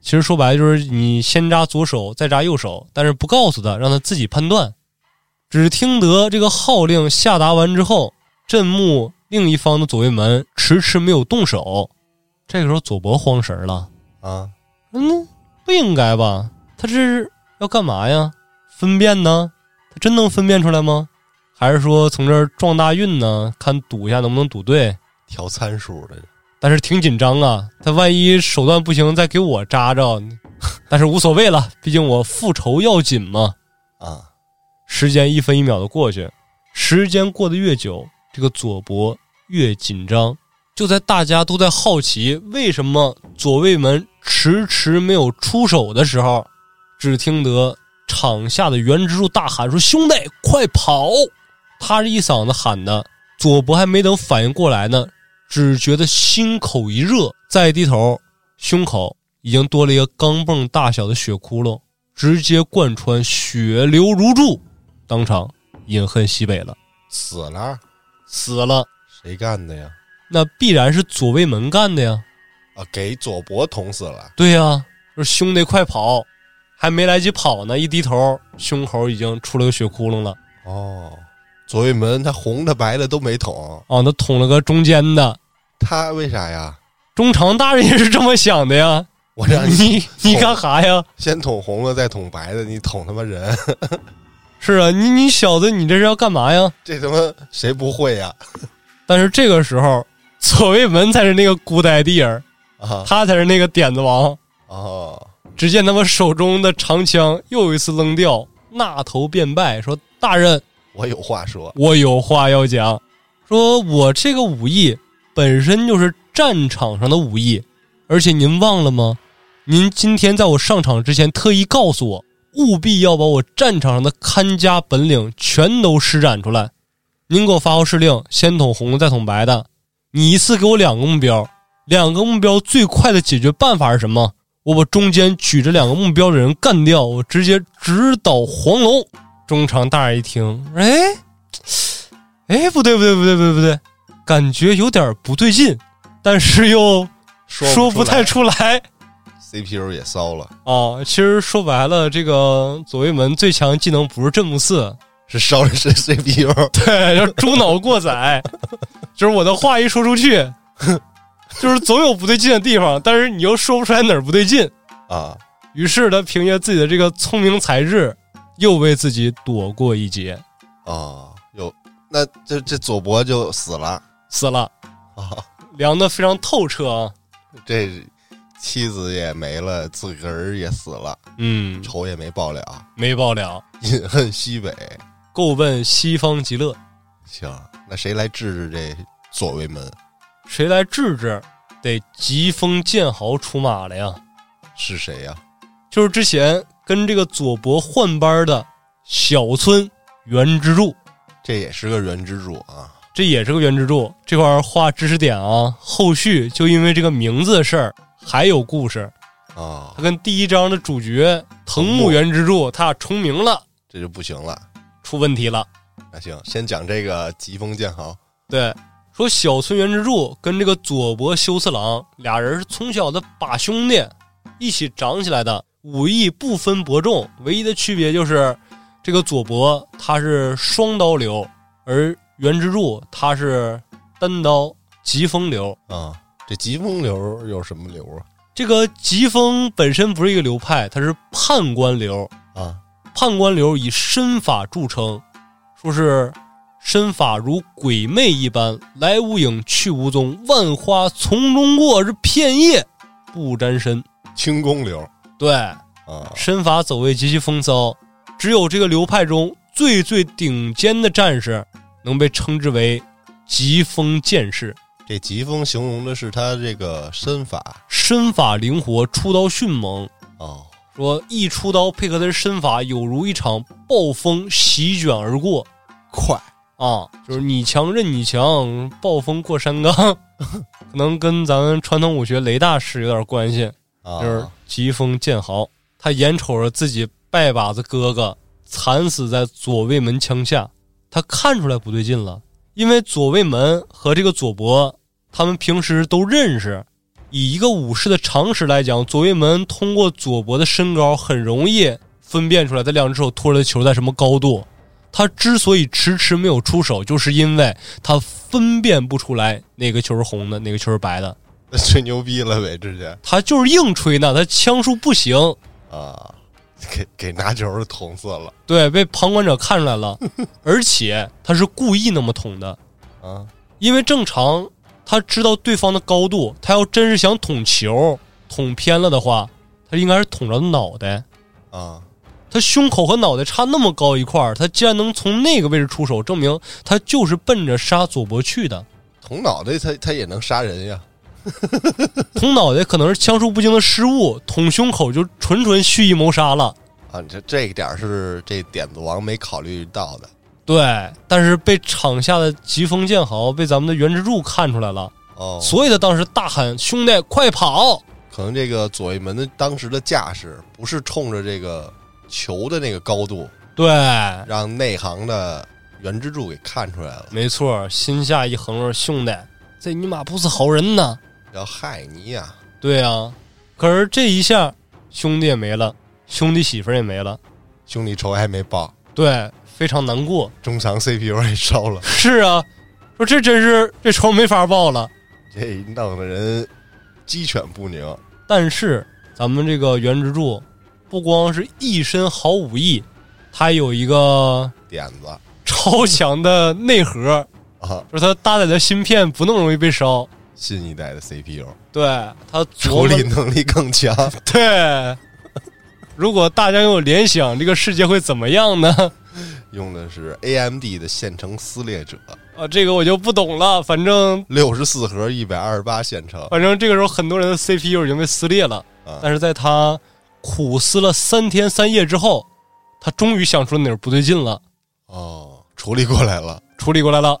其实说白了就是你先扎左手，再扎右手，但是不告诉他，让他自己判断。只听得这个号令下达完之后，镇木另一方的左卫门迟迟没有动手。这个时候，左伯慌神儿了。
啊，
嗯，不应该吧？他这是要干嘛呀？分辨呢？他真能分辨出来吗？还是说从这儿撞大运呢？看赌一下能不能赌对？
调参数的，
但是挺紧张啊，他万一手段不行，再给我扎着，但是无所谓了，毕竟我复仇要紧嘛。
啊，
时间一分一秒的过去，时间过得越久，这个左伯越紧张。就在大家都在好奇为什么左卫门迟迟没有出手的时候，只听得场下的原支柱大喊说：“兄弟，快跑！”他这一嗓子喊的左伯还没等反应过来呢，只觉得心口一热，再一低头，胸口已经多了一个钢镚大小的血窟窿，直接贯穿，血流如注，当场饮恨西北了，
死了，
死了。
谁干的呀？
那必然是左卫门干的呀。
啊，给左伯捅死了。
对呀、说兄弟快跑，还没来及跑呢，一低头，胸口已经出了个血窟窿了。
哦，左卫门他红的白的都没捅，
啊，那捅了个中间的，
他为啥呀？
中常大人也是这么想的呀。
我让啊你
你你干啥呀？
先捅红的，再捅白的，你捅他妈人，
是啊，你你小子你这是要干嘛呀？
这他妈谁不会呀？
但是这个时候，左卫门才是那个 good idea，
啊
他才是那个点子王。
哦，
只见他们手中的长枪又一次扔掉，纳头便拜，说：“大人，
我有话说。
我有话要讲，说我这个武艺本身就是战场上的武艺，而且您忘了吗？您今天在我上场之前特意告诉我，务必要把我战场上的看家本领全都施展出来。您给我发号施令，先捅红的，再捅白的。你一次给我两个目标，两个目标最快的解决办法是什么？我把中间举着两个目标的人干掉，我直接直捣黄龙。中场大人一听，哎，哎，不对，不对，不对，不对，不对，感觉有点不对劲，但是又
说
说不太出
出
来
来 CPU 也骚了，
啊。其实说白了，这个左卫门最强技能不是震怒四，
是烧的是 CPU，
对，叫猪脑过载，就是我的话一说出去，就是总有不对劲的地方，但是你又说不出来哪儿不对劲。
啊，
于是他凭借自己的这个聪明才智，又为自己躲过一劫，
哦，有那这这左伯就死了
死了，
啊，
量得非常透彻啊。
这妻子也没了，自个儿也死了，
嗯，
仇也没报了，
没报了，
饮恨西北。
够问西方极乐。
行，那谁来治治这左卫门？
谁来治治，得疾风剑豪出马了呀！
是谁呀、
就是之前跟这个左伯换班的小村原之助，
这也是个原支柱啊。
这也是个原之助。这块儿画知识点啊，后续就因为这个名字的事儿还有故事。
啊
他，跟第一章的主角藤木原之助，他俩重名了，
这就不行了。
出问题了。
那行，先讲这个疾风剑豪
对，说小村原之助跟这个佐伯修次郎俩人是从小的把兄弟，一起长起来的，武艺不分伯仲，唯一的区别就是这个佐伯他是双刀流，而原之助他是单刀疾风流。
啊。这疾风流有什么流啊？
这个疾风本身不是一个流派，它是判官流，
啊，
判官流以身法著称，说是身法如鬼魅一般，来无影去无踪，万花丛中过，是片叶不沾身。
轻功流
对，
啊，
身法走位极其风骚，只有这个流派中最最顶尖的战士能被称之为疾风剑士，
这疾风形容的是他这个身法
身法灵活，出刀迅猛。
哦，
说一出刀配合他的身法，有如一场暴风席卷而过。
快
啊，就是你强任你强，暴风过山岗， 可能跟咱们传统武学雷大师有点关系，
啊，
就是疾风剑豪，他眼瞅着自己拜把子哥哥惨死在左卫门枪下，他看出来不对劲了，因为左卫门和这个左伯他们平时都认识。以一个武士的常识来讲，左卫门通过左伯的身高很容易分辨出来他两只手托着球在什么高度。他之所以迟迟没有出手，就是因为他分辨不出来哪个球是红的，哪个球是白的。
那吹牛逼了呗，之前
他就是硬吹呢，他枪术不行。
啊，给给拿球的捅死了
对，被旁观者看出来了，而且他是故意那么捅的，
啊，
因为正常他知道对方的高度，他要真是想捅球，捅偏了的话，他应该是捅着脑袋。
啊，
他胸口和脑袋差那么高一块儿，他既然能从那个位置出手，证明他就是奔着杀佐伯去的。
捅脑袋他他也能杀人呀，
捅脑袋可能是枪术不精的失误，捅胸口就纯纯蓄意谋杀了。
啊，你这这一点是这点子王没考虑到的
对，但是被场下的疾风剑豪被咱们的袁之柱看出来了，
哦，
所以他当时大喊：“兄弟，快跑
可能这个左卫门的当时的架势不是冲着这个球的那个高度，！”
对，
让内行的袁之柱给看出来了，
没错，心下一横，兄弟，这尼玛不是好人呐！
要害你呀、
对啊，可是这一下兄弟也没了，兄弟媳妇儿也没了，
兄弟仇还没报，
对，非常难过。
中场 CPU 也烧了，
是啊，说这真是这仇没法报了。
这弄得人鸡犬不宁。
但是咱们这个袁之柱不光是一身好武艺，他有一个
点子
超强的内核，
啊，
就是他搭载的芯片不那么容易被烧。
新一代的 CPU
对他琢
处
磨
理能力更强，
对。如果大家有联想，这个世界会怎么样呢？
用的是 AMD 的线程撕裂者，
啊，这个我就不懂了。反正
六十四核一百二十八线程，
反正这个时候很多人的 CPU 已经被撕裂了，
啊
但是在他苦思了三天三夜之后，他终于想出哪儿不对劲了，
哦，处理过来了，
处理过来了，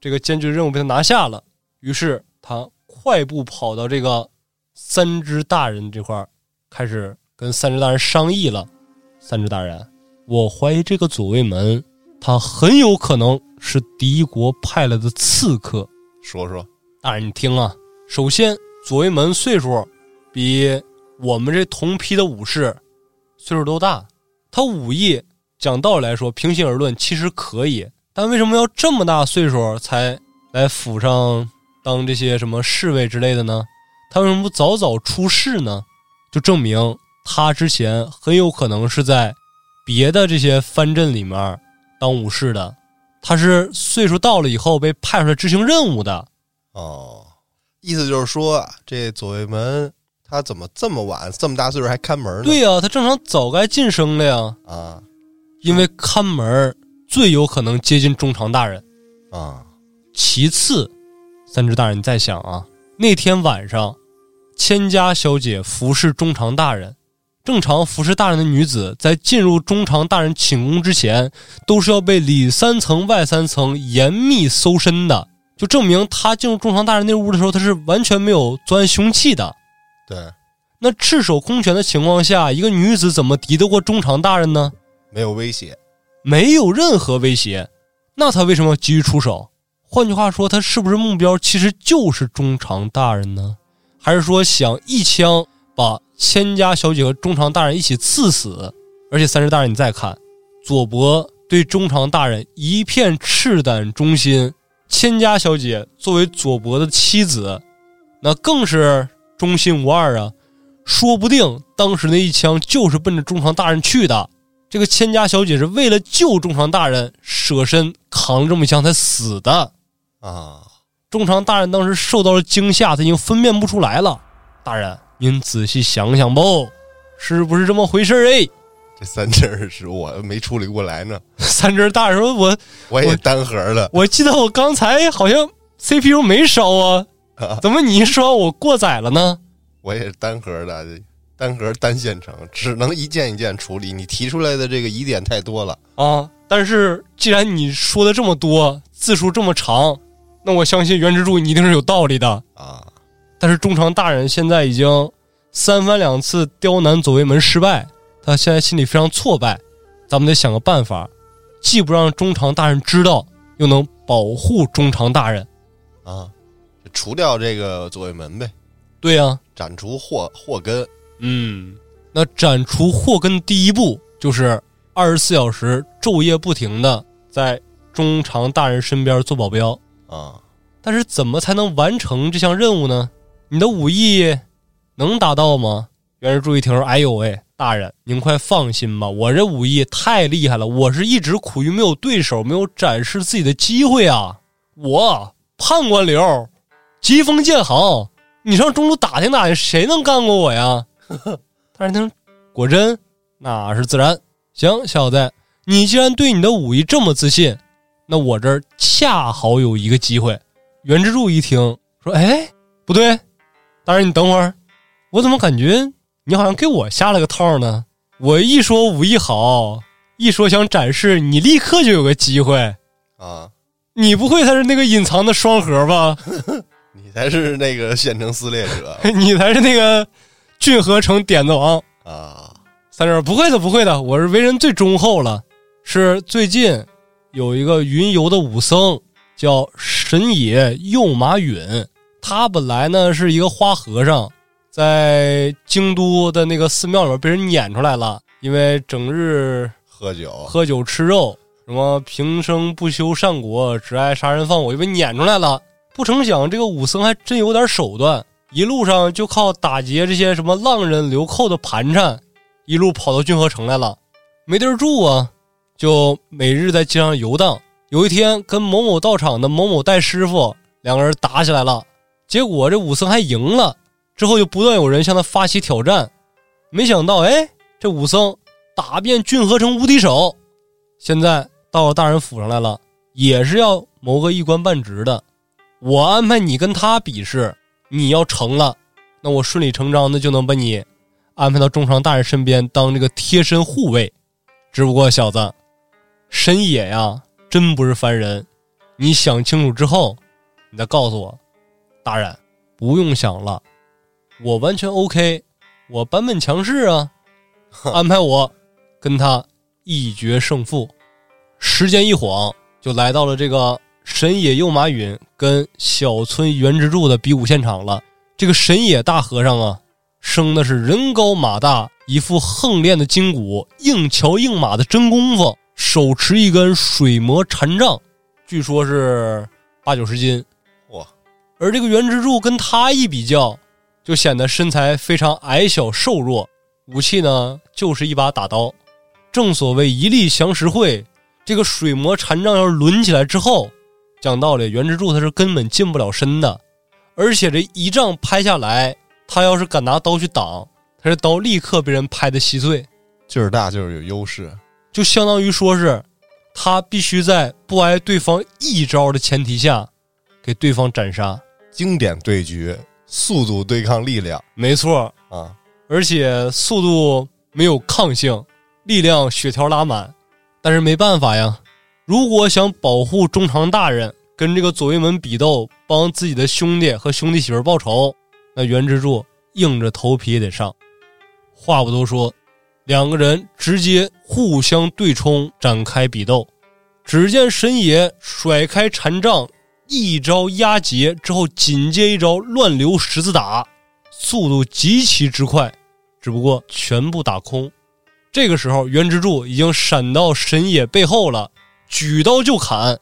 这个艰巨任务被他拿下了。于是他快步跑到这个三只大人这块儿，开始跟三只大人商议了。三只大人，我怀疑这个左卫门，他很有可能是敌国派来的刺客。
说说
大人，你听啊，首先左卫门岁数比我们这同批的武士岁数都大，他武艺讲道理来说，平心而论，其实可以，但为什么要这么大岁数才来府上当这些什么侍卫之类的呢？他为什么不早早出世呢？就证明他之前很有可能是在别的这些藩镇里面当武士的，他是岁数到了以后被派出来执行任务的。
哦，意思就是说啊这左卫门他怎么这么晚这么大岁数还看门呢？
对呀、他正常早该晋升了呀，
啊
因为看门儿最有可能接近中常大人。
啊，
其次，三只大人，你再想啊，那天晚上，千家小姐服侍中常大人，正常服侍大人的女子，在进入中常大人寝宫之前，都是要被里三层外三层严密搜身的，就证明她进入中常大人那屋的时候，她是完全没有作案凶器的。
对，
那赤手空拳的情况下，一个女子怎么敌得过中常大人呢？
没有威胁，
没有任何威胁，那他为什么要急于出手？换句话说，他是不是目标其实就是中常大人呢？还是说想一枪把千家小姐和中常大人一起刺死？而且三十大人，你再看，左伯对中常大人一片赤胆忠心，千家小姐作为左伯的妻子，那更是忠心无二啊！说不定当时那一枪就是奔着中常大人去的。这个千家小姐是为了救中常大人，舍身扛了这么一枪才死的。
啊，
中常大人当时受到了惊吓，他已经分辨不出来了。大人，您仔细想想吧，是不是这么回事儿？哎，
这三阵儿是我没处理过来呢，
三只大人说：“我
我也
我
单核了，
我记得我刚才好像 CPU 没烧啊，怎么你一说我过载了呢
我也是单核的，单核单线程，只能一件一件处理。你提出来的这个疑点太多了，？”
啊，但是既然你说的这么多，字数这么长，那我相信原之助你一定是有道理的。
啊，
但是中常大人现在已经三番两次刁难左卫门失败，他现在心里非常挫败。咱们得想个办法，既不让中常大人知道，又能保护中常大人。
啊，除掉这个左卫门呗，
对呀、
斩除祸祸根。
嗯，那斩除祸根第一步就是二十四小时昼夜不停的在中常大人身边做保镖。
啊，
但是怎么才能完成这项任务呢？你的武艺能达到吗？袁氏注意听说，哎呦喂，大人，您快放心吧，我这武艺太厉害了，我是一直苦于没有对手，没有展示自己的机会啊。我判官流，疾风剑豪，你上中路打听打听，谁能干过我呀？大人听，果真那是自然。行，小子，你既然对你的武艺这么自信，那我这儿恰好有一个机会。袁之柱一听说：“哎，不对，大人你等会儿，我怎么感觉你好像给我下了个套呢？我一说武艺好，一说想展示，你立刻就有个机会。
啊，
你不会才是那个隐藏的双核吧？
你才是那个 县城撕裂者
你才是那个郡河城点子王。
啊！
三婶，不会的，不会的，我是为人最忠厚了。是最近有一个云游的武僧叫神野右马允，他本来呢是一个花和尚，在京都的那个寺庙里面被人撵出来了，因为整日
喝酒
喝酒吃肉，什么平生不修善果，只爱杀人放火，就被撵出来了。不成想，这个武僧还真有点手段，一路上就靠打劫这些什么浪人流寇的盘缠，一路跑到君河城来了。没地儿住啊，就每日在街上游荡。有一天，跟某某道场的某某戴师傅两个人打起来了，结果这武僧还赢了。之后就不断有人向他发起挑战，没想到，哎，这武僧打遍郡河城无敌手，现在到了大人府上来了，也是要谋个一官半职的。我安排你跟他比试，你要成了，那我顺理成章的就能把你安排到中常大人身边当这个贴身护卫。只不过小子，神野呀，真不是凡人。你想清楚之后，你再告诉我。大人，不用想了，我完全 OK，我版本强势啊，安排我跟他一决胜负。时间一晃就来到了这个神野右马允跟小村原之助的比武现场了。这个神野大和尚啊，生的是人高马大，一副横练的筋骨，硬桥硬马的真功夫，手持一根水磨禅杖，据说是八九十斤。
哇！
而这个原之助跟他一比较，就显得身材非常矮小瘦弱，武器呢就是一把打刀。正所谓一力降十会，这个水磨禅杖要是抡起来之后，讲道理，原之助他是根本近不了身的，而且这一杖拍下来，他要是敢拿刀去挡，他这刀立刻被人拍得稀碎，
劲儿大就是有优势
就相当于说是他必须在不挨对方一招的前提下，给对方斩杀。
经典对决，速度对抗力量
没错，
啊！
而且速度没有抗性，力量血条拉满。但是没办法呀，如果想保护中常大人，跟这个左卫门比斗，帮自己的兄弟和兄弟媳妇儿报仇，那原之助硬着头皮也得上。话不多说，两个人直接互相对冲，展开比斗。只见神爷甩开禅杖，一招压截之后，紧接一招乱流十字打，速度极其之快，只不过全部打空。这个时候，原之助已经闪到神野背后了，举刀就砍。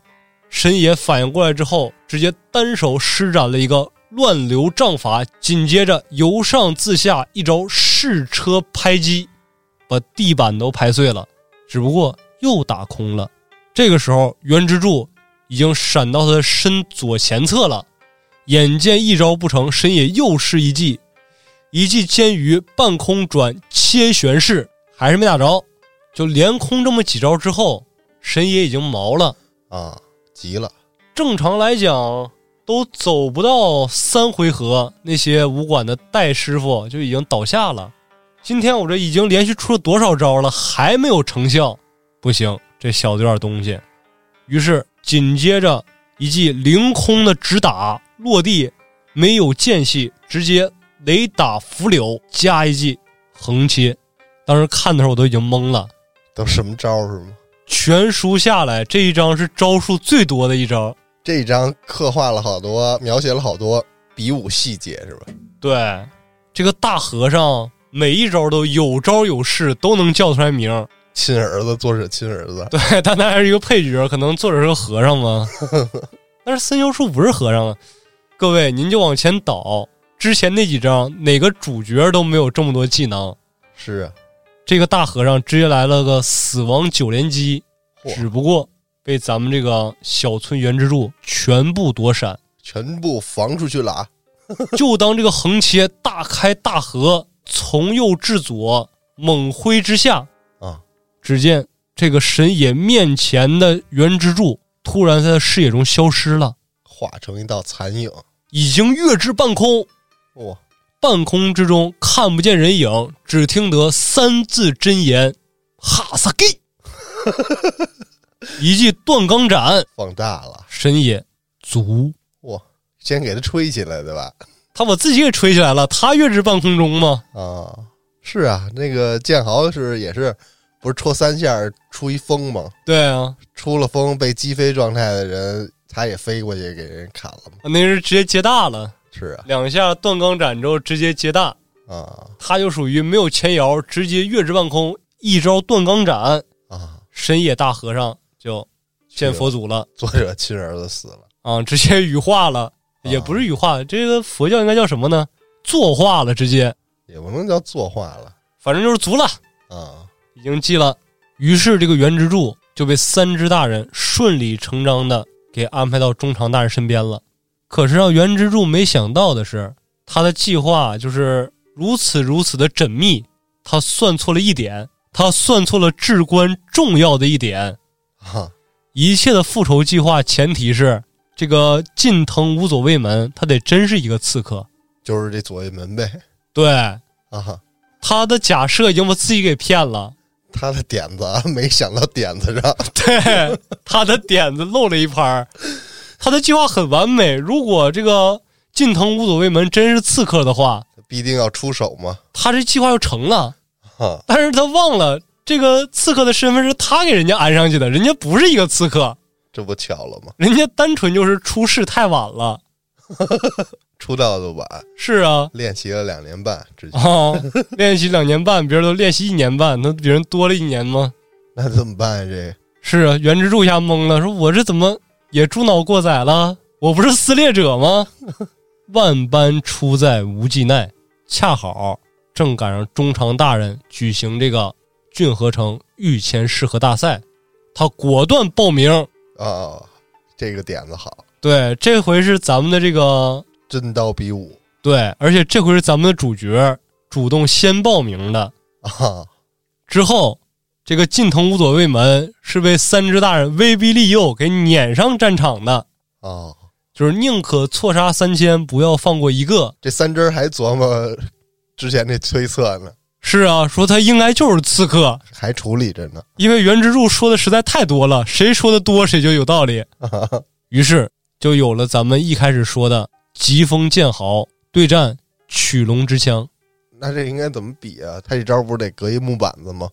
神野反应过来之后，直接单手施展了一个乱流杖法，紧接着由上自下一招试车拍击，把地板都拍碎了，只不过又打空了。这个时候，原之助已经闪到他的身左前侧了。眼见一招不成，神野又施一计，一记煎鱼半空转切旋式，还是没打着。就连空这么几招之后，神野已经毛了。
啊，急了
正常来讲，都走不到三回合，那些武馆的戴师傅就已经倒下了。今天我这已经连续出了多少招了，还没有成效，不行，这小子有点东西。于是紧接着一记凌空的直打落地，没有间隙，直接雷打伏柳加一记横切。当时看的时候我都已经懵了，
都什么招是吗？
全书下来这一招是招数最多的一招。
这一章刻画了好多，描写了好多比武细节是吧？
对，这个大和尚每一招都有招有势，都能叫出来名儿。
亲儿子，作者亲儿子，
对， 但他还是一个配角，可能作者是个和尚嘛。但是森修树不是和尚啊。各位，您就往前倒，之前那几章哪个主角都没有这么多技能。
是啊，
这个大和尚直接来了个死亡九连击，
嚯
只不过被咱们这个小村原之助全部躲闪。
全部防出去了啊！
就当这个横切大开大合，从右至左猛挥之下，
啊，
只见这个神野面前的原支柱突然在他视野中消失了，
化成一道残影，
已经跃至半空，
哇，
半空之中看不见人影，只听得三字真言：哈萨给。 一记断钢斩，
放大了，
神也足。
先给它吹起来，对吧？
他把自己给吹起来了，他跃至半空中吗？
啊，是啊，那个剑豪是也是，不是戳三下儿出一风吗？
对啊，
出了风被击飞状态的人，他也飞过去给人砍了嘛？
那是直接接大了，
是啊，
两下断钢斩之后直接接大，
啊
他就属于没有前摇，直接跃至半空，一招断钢斩，
啊！
神野大和尚就见佛祖了
作者亲儿子死了，
啊，直接羽化了，也不是羽化，这个佛教应该叫什么呢？坐化了，直接，
也不能叫作画了
反正就是足了，
啊！
已经记了。于是这个原之助就被三只大人顺理成章的给安排到中常大人身边了。可是让原之助没想到的是，他的计划就是如此如此的缜密，他算错了一点，他算错了至关重要的一点。
啊，
一切的复仇计划前提是，这个近藤无所卫门他得真是一个刺客。
就是这左卫门呗
对，
啊！
他的假设已经把自己给骗了，
他的点子啊，没想到点子上，
对，他的点子漏了一拍儿。他的计划很完美，如果这个近藤无所卫门真是刺客的话，
必定要出手 嘛！
他这计划就成了。
啊，
但是他忘了，这个刺客的身份是他给人家安上去的，人家不是一个刺客，
这不巧了吗？
人家单纯就是出事太晚了。
出道的晚，
是啊，
练习了两年半，之前
哦，练习两年半，别人都练习一年半，那别人多了一年吗？
那怎么办呀？
是啊，原之助一下懵了，说我这怎么也猪脑过载了？我不是撕裂者吗？万般出在无计奈，恰好正赶上中常大人举行这个郡河城御前试合大赛，他果断报名。
这啊，这个点子好，
对，这回是咱们的这个
真刀比武
对，而且这回是咱们的主角主动先报名的，
啊！
之后，这个近藤无所卫门是被三只大人威逼利诱给撵上战场的，
哦，
就是宁可错杀三千，不要放过一个。
这三只儿还琢磨之前那推测呢，
是啊，说他应该就是刺客，
还处理着呢。
因为原之助说的实在太多了，谁说的多谁就有道理。于是就有了咱们一开始说的疾风剑豪对战取龙之枪。
那这应该怎么比啊？他这招不是得隔一木板子吗？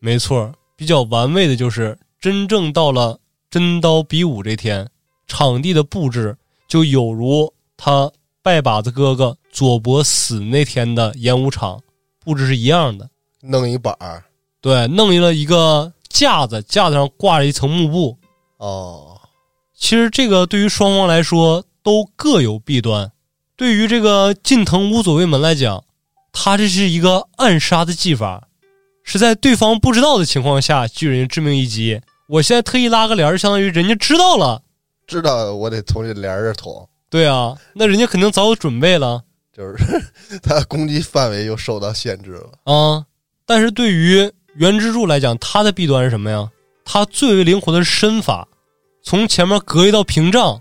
没错，比较完美的就是真正到了真刀比武这天，场地的布置就有如他拜把子哥哥佐伯死那天的演武场布置是一样的。
弄一板儿
对，弄了一个架子，架子上挂着一层幕布。
哦，
其实这个对于双方来说都各有弊端。对于这个近藤无所卫门来讲，他这是一个暗杀的技法，是在对方不知道的情况下拒人致命一击。我现在特意拉个帘儿，相当于人家知道了。
知道我得从这帘儿这捅，
对啊，那人家肯定早有准备了
就是 他的攻击范围又受到限制了。
啊。但是对于原之助来讲，他的弊端是什么呀？他最为灵活的是身法，从前面隔一道屏障，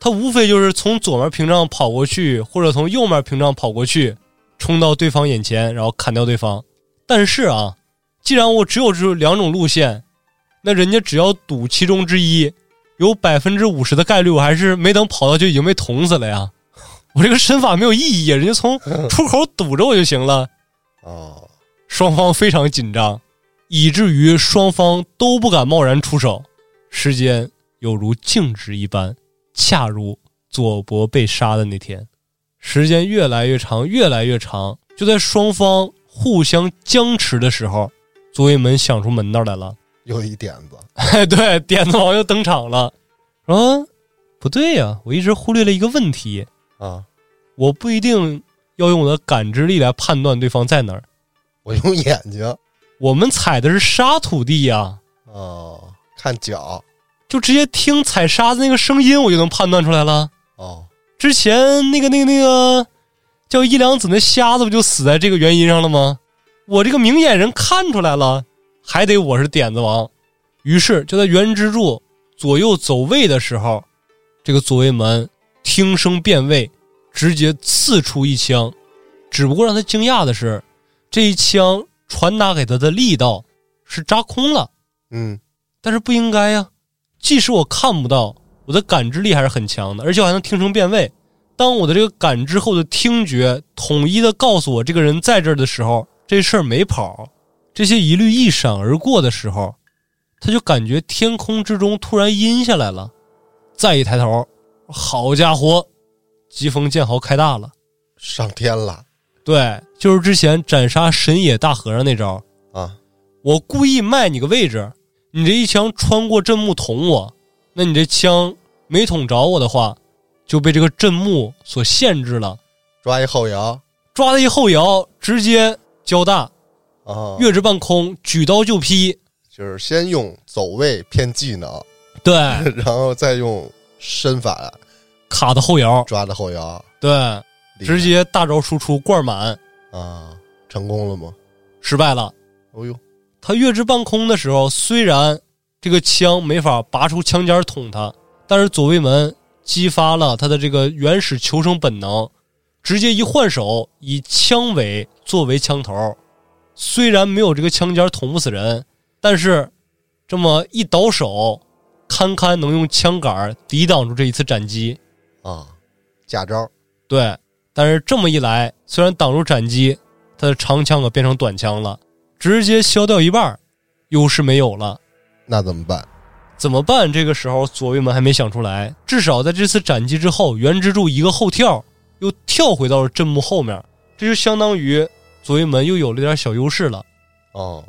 他无非就是从左面屏障跑过去，或者从右面屏障跑过去，冲到对方眼前，然后砍掉对方。但是啊，既然我只有这两种路线，那人家只要赌其中之一，有百分之五十的概率，我还是没等跑到就已经被捅死了呀。 我这个身法没有意义啊，人家从出口堵着我就行了。
哦，
双方非常紧张，以至于双方都不敢贸然出手。时间有如静止一般，恰如佐伯被杀的那天。时间越来越长，越来越长。就在双方互相僵持的时候，左卫门想出门道来了。
又一点子，
哎， 对，点子王又登场了。说不对呀、我一直忽略了一个问题，
啊！
我不一定要用我的感知力来判断对方在哪儿。
我用眼睛
我们踩的是沙土地呀、
哦，看脚
就直接听踩沙子那个声音，我就能判断出来了。
哦，
之前那个、那个、那个叫一良子那瞎子不就死在这个原因上了吗？我这个明眼人看出来了，还得我是点子王。于是就在原之助左右走位的时候，这个左卫门听声辨位，直接刺出一枪。只不过让他惊讶的是，这一枪传达给他的力道是扎空了。
嗯，
但是不应该呀、即使我看不到，我的感知力还是很强的，而且我还能听声辨位。当我的这个感知后的听觉统一的告诉我这个人在这儿的时候，这事儿没跑，这些疑虑一闪而过的时候，他就感觉天空之中突然阴下来了。再一抬头，好家伙，疾风剑豪开大了。
上天了
对，就是之前斩杀神野大和尚那招，
啊！
我故意卖你个位置，你这一枪穿过阵幕捅我，那你这枪没捅着我的话，就被这个阵幕所限制了。
抓一后摇
抓他一后摇，直接交大，
啊，
跃至半空，举刀就劈。
就是先用走位骗技能，
对，
然后再用身法
卡的后摇，
抓的后摇，
对，
厉害
直接大招输出灌满，
啊，成功了吗？
失败了。
哦呦，
他跃至半空的时候，虽然这个枪没法拔出枪尖儿捅他，但是左卫门激发了他的这个原始求生本能，直接一换手，以枪尾作为枪头。虽然没有这个枪尖儿捅不死人，但是这么一倒手，堪堪能用枪杆儿抵挡住这一次斩击。
啊，假招
对，但是这么一来，虽然挡住斩击，他的长枪啊可变成短枪了，直接削掉一半儿，优势没有了。
那怎么办？
怎么办？这个时候左卫门还没想出来，至少在这次斩击之后，原支柱一个后跳，又跳回到了阵幕后面，这就相当于左卫门又有了点小优势了。
哦，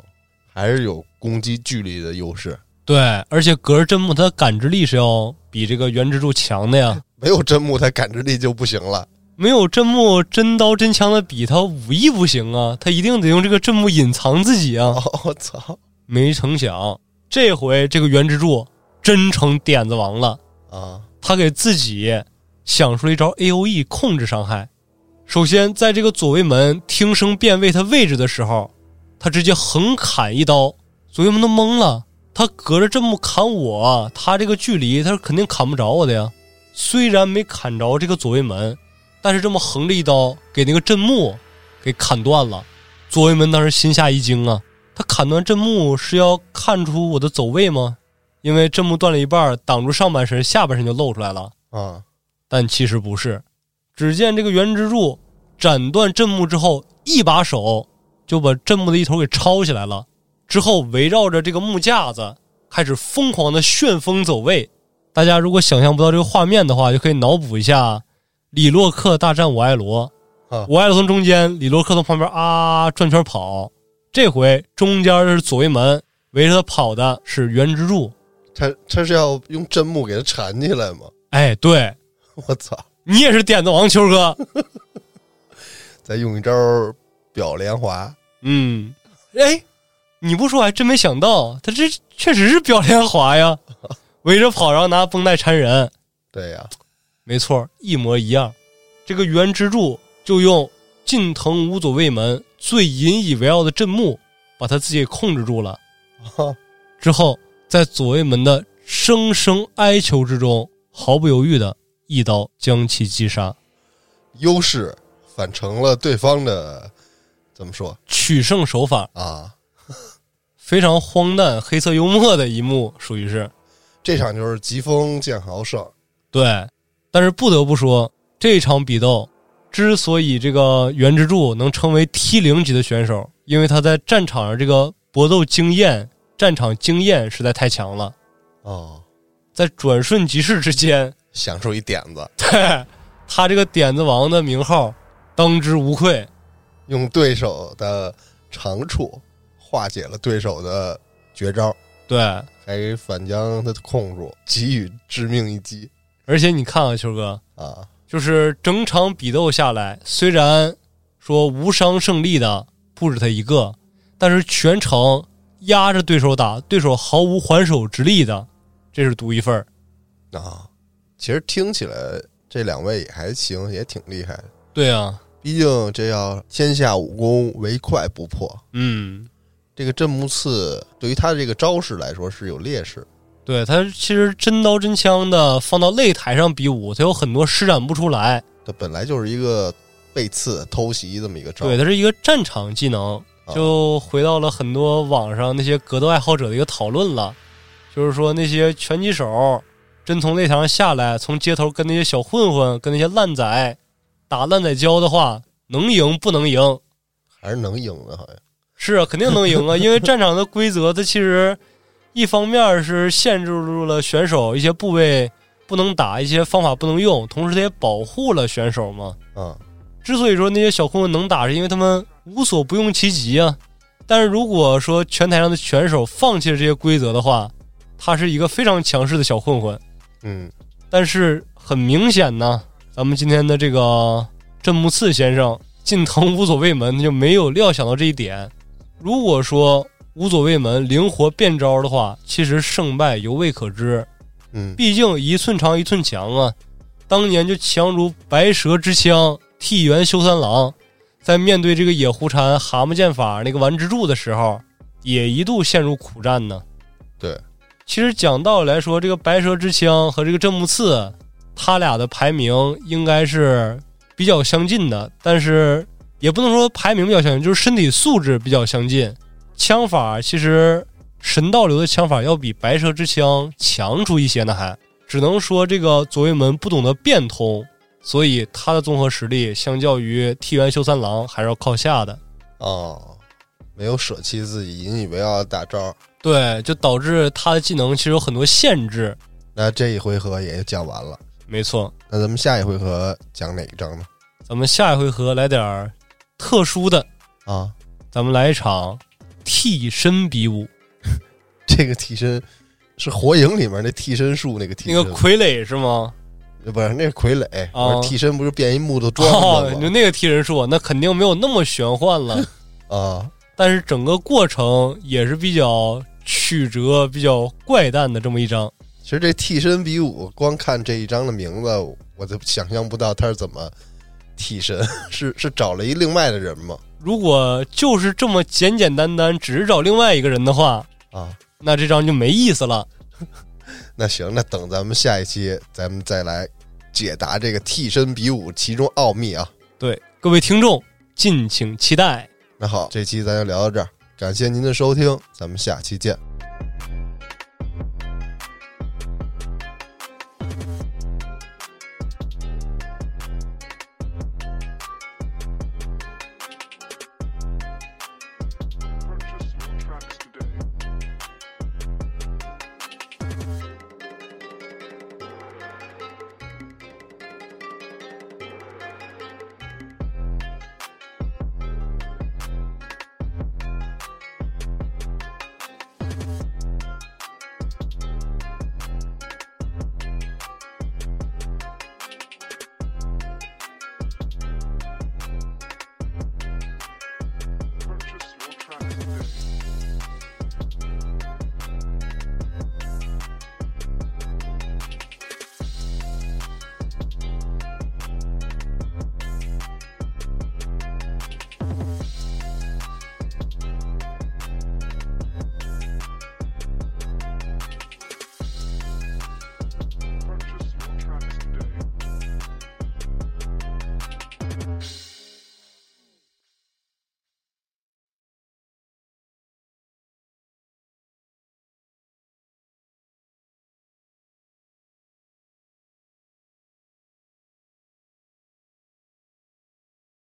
还是有攻击距离的优势，
对，而且隔着阵幕，他的感知力是要比这个原支柱强的呀。
没有真木，他感知力就不行了。
没有阵幕真刀真枪的比，他武艺不行啊，他一定得用这个阵幕隐藏自己啊。
哦，我操
没成想，这回这个原支柱真成点子王了，
啊！
他给自己想出了一招 A O E 控制伤害。首先，在这个左卫门听声辨位他位置的时候，他直接横砍一刀，左卫门都懵了。他隔着这么砍我，他这个距离他是肯定砍不着我的呀。虽然没砍着这个左卫门，但是这么横着一刀给那个阵幕给砍断了。左卫门当时心下一惊啊，他砍断阵幕是要看出我的走位吗？因为阵幕断了一半，挡住上半身，下半身就露出来了。
啊，
但其实不是，只见这个原支柱斩断阵幕之后，一把手就把阵幕的一头给抄起来了，之后围绕着这个木架子开始疯狂的旋风走位。大家如果想象不到这个画面的话，就可以脑补一下李洛克大战我爱罗
啊，
我爱罗从中间，李洛克从旁边啊转圈跑。这回中间是左卫门，围着他跑的是原支柱。
他他是要用真木给他缠起来吗？
哎，对
我操！
你也是点子王，秋哥。
再用一招表莲华，
嗯，哎，你不说还真没想到，他这确实是表莲华呀，围着跑，然后拿绷带缠人，
对呀、
没错，一模一样。这个原支柱就用近藤无左卫门最引以为傲的阵幕，把他自己给控制住了。
啊，
之后，在左卫门的声声哀求之中，毫不犹豫的一刀将其击杀，
优势反成了对方的怎么说
取胜手法
啊？
非常荒诞、黑色幽默的一幕，属于是。
这场就是疾风剑豪胜，
对，但是不得不说，这场比斗之所以这个原支柱能成为 T 零级的选手，因为他在战场上这个搏斗经验、战场经验实在太强了，
哦，
在转瞬即逝之间，
想出一点子，
对他这个点子王的名号当之无愧。
用对手的长处化解了对手的绝招，
对，
还反将他控住，给予致命一击
而且你看啊，秋哥，
啊！
就是整场比斗下来，虽然说无伤胜利的不止他一个，但是全程压着对手打，对手毫无还手之力的，这是独一份儿。
啊，其实听起来这两位也还行，也挺厉害的。
对啊，
毕竟这要天下武功，唯快不破。
嗯，
这个镇木刺对于他这个招式来说是有劣势，
对他其实真刀真枪的放到擂台上比武，他有很多施展不出来。
它本来就是一个背刺偷袭这么一个招。
对，它是一个战场技能，
啊
就回到了很多网上那些格斗爱好者的一个讨论了，就就是说那些拳击手真从擂台上下来，从街头跟那些小混混、跟那些烂仔打烂仔交的话，能赢不能赢？
还是能赢的，好像
是啊，肯定能赢啊，因为战场的规则，它其实一方面是限制住了选手一些部位不能打，一些方法不能用，同时它也保护了选手嘛。
嗯，
之所以说那些小混混能打，是因为他们无所不用其极啊。但是如果说拳台上的选手放弃了这些规则的话，他是一个非常强势的小混混。
嗯
但是很明显呢，咱们今天的这个镇木次先生进藤无所谓门，他就没有料想到这一点。如果说无所谓门灵活变招的话，其实胜败犹未可知。
嗯，
毕竟一寸长一寸强啊，当年就强如白蛇之枪，替原修三郎，在面对这个野狐禅蛤蟆剑法那个丸之助的时候，也一度陷入苦战呢。
对，
其实讲道理来说，这个白蛇之枪和这个镇木次，他俩的排名应该是比较相近的，但是也不能说排名比较相近，就是身体素质比较相近。枪法其实神道流的枪法要比白蛇之枪强出一些呢，还只能说这个左卫门不懂得变通，所以他的综合实力相较于替原修三郎还是要靠下的。
哦，没有舍弃自己引以为傲的大招，
对，就导致他的技能其实有很多限制。
那这一回合也就讲完了。
没错，
那咱们下一回合讲哪一章呢？
咱们下一回合来点儿特殊的，
啊，
咱们来一场替身比武。
这个替身是《火影》里面那替身术那个替
那
身
个
吗，
傀儡是吗？
不是那是傀儡，
啊
不是替身不是变一木头桩
哦，
子
就
吗？
那个替人术，那肯定没有那么玄幻了。
啊，
但是整个过程也是比较曲折、比较怪诞的这么一章。
其实这替身比武，光看这一章的名字，我就想象不到他是怎么替身， 是是找了一另外的人吗？
如果就是这么简简单单，只是找另外一个人的话，
啊，
那这章就没意思了。
那行，那等咱们下一期，咱们再来解答这个替身比武其中奥秘啊。
对各位听众，敬请期待。
那好，这期咱就聊到这儿，感谢您的收听，咱们下期见。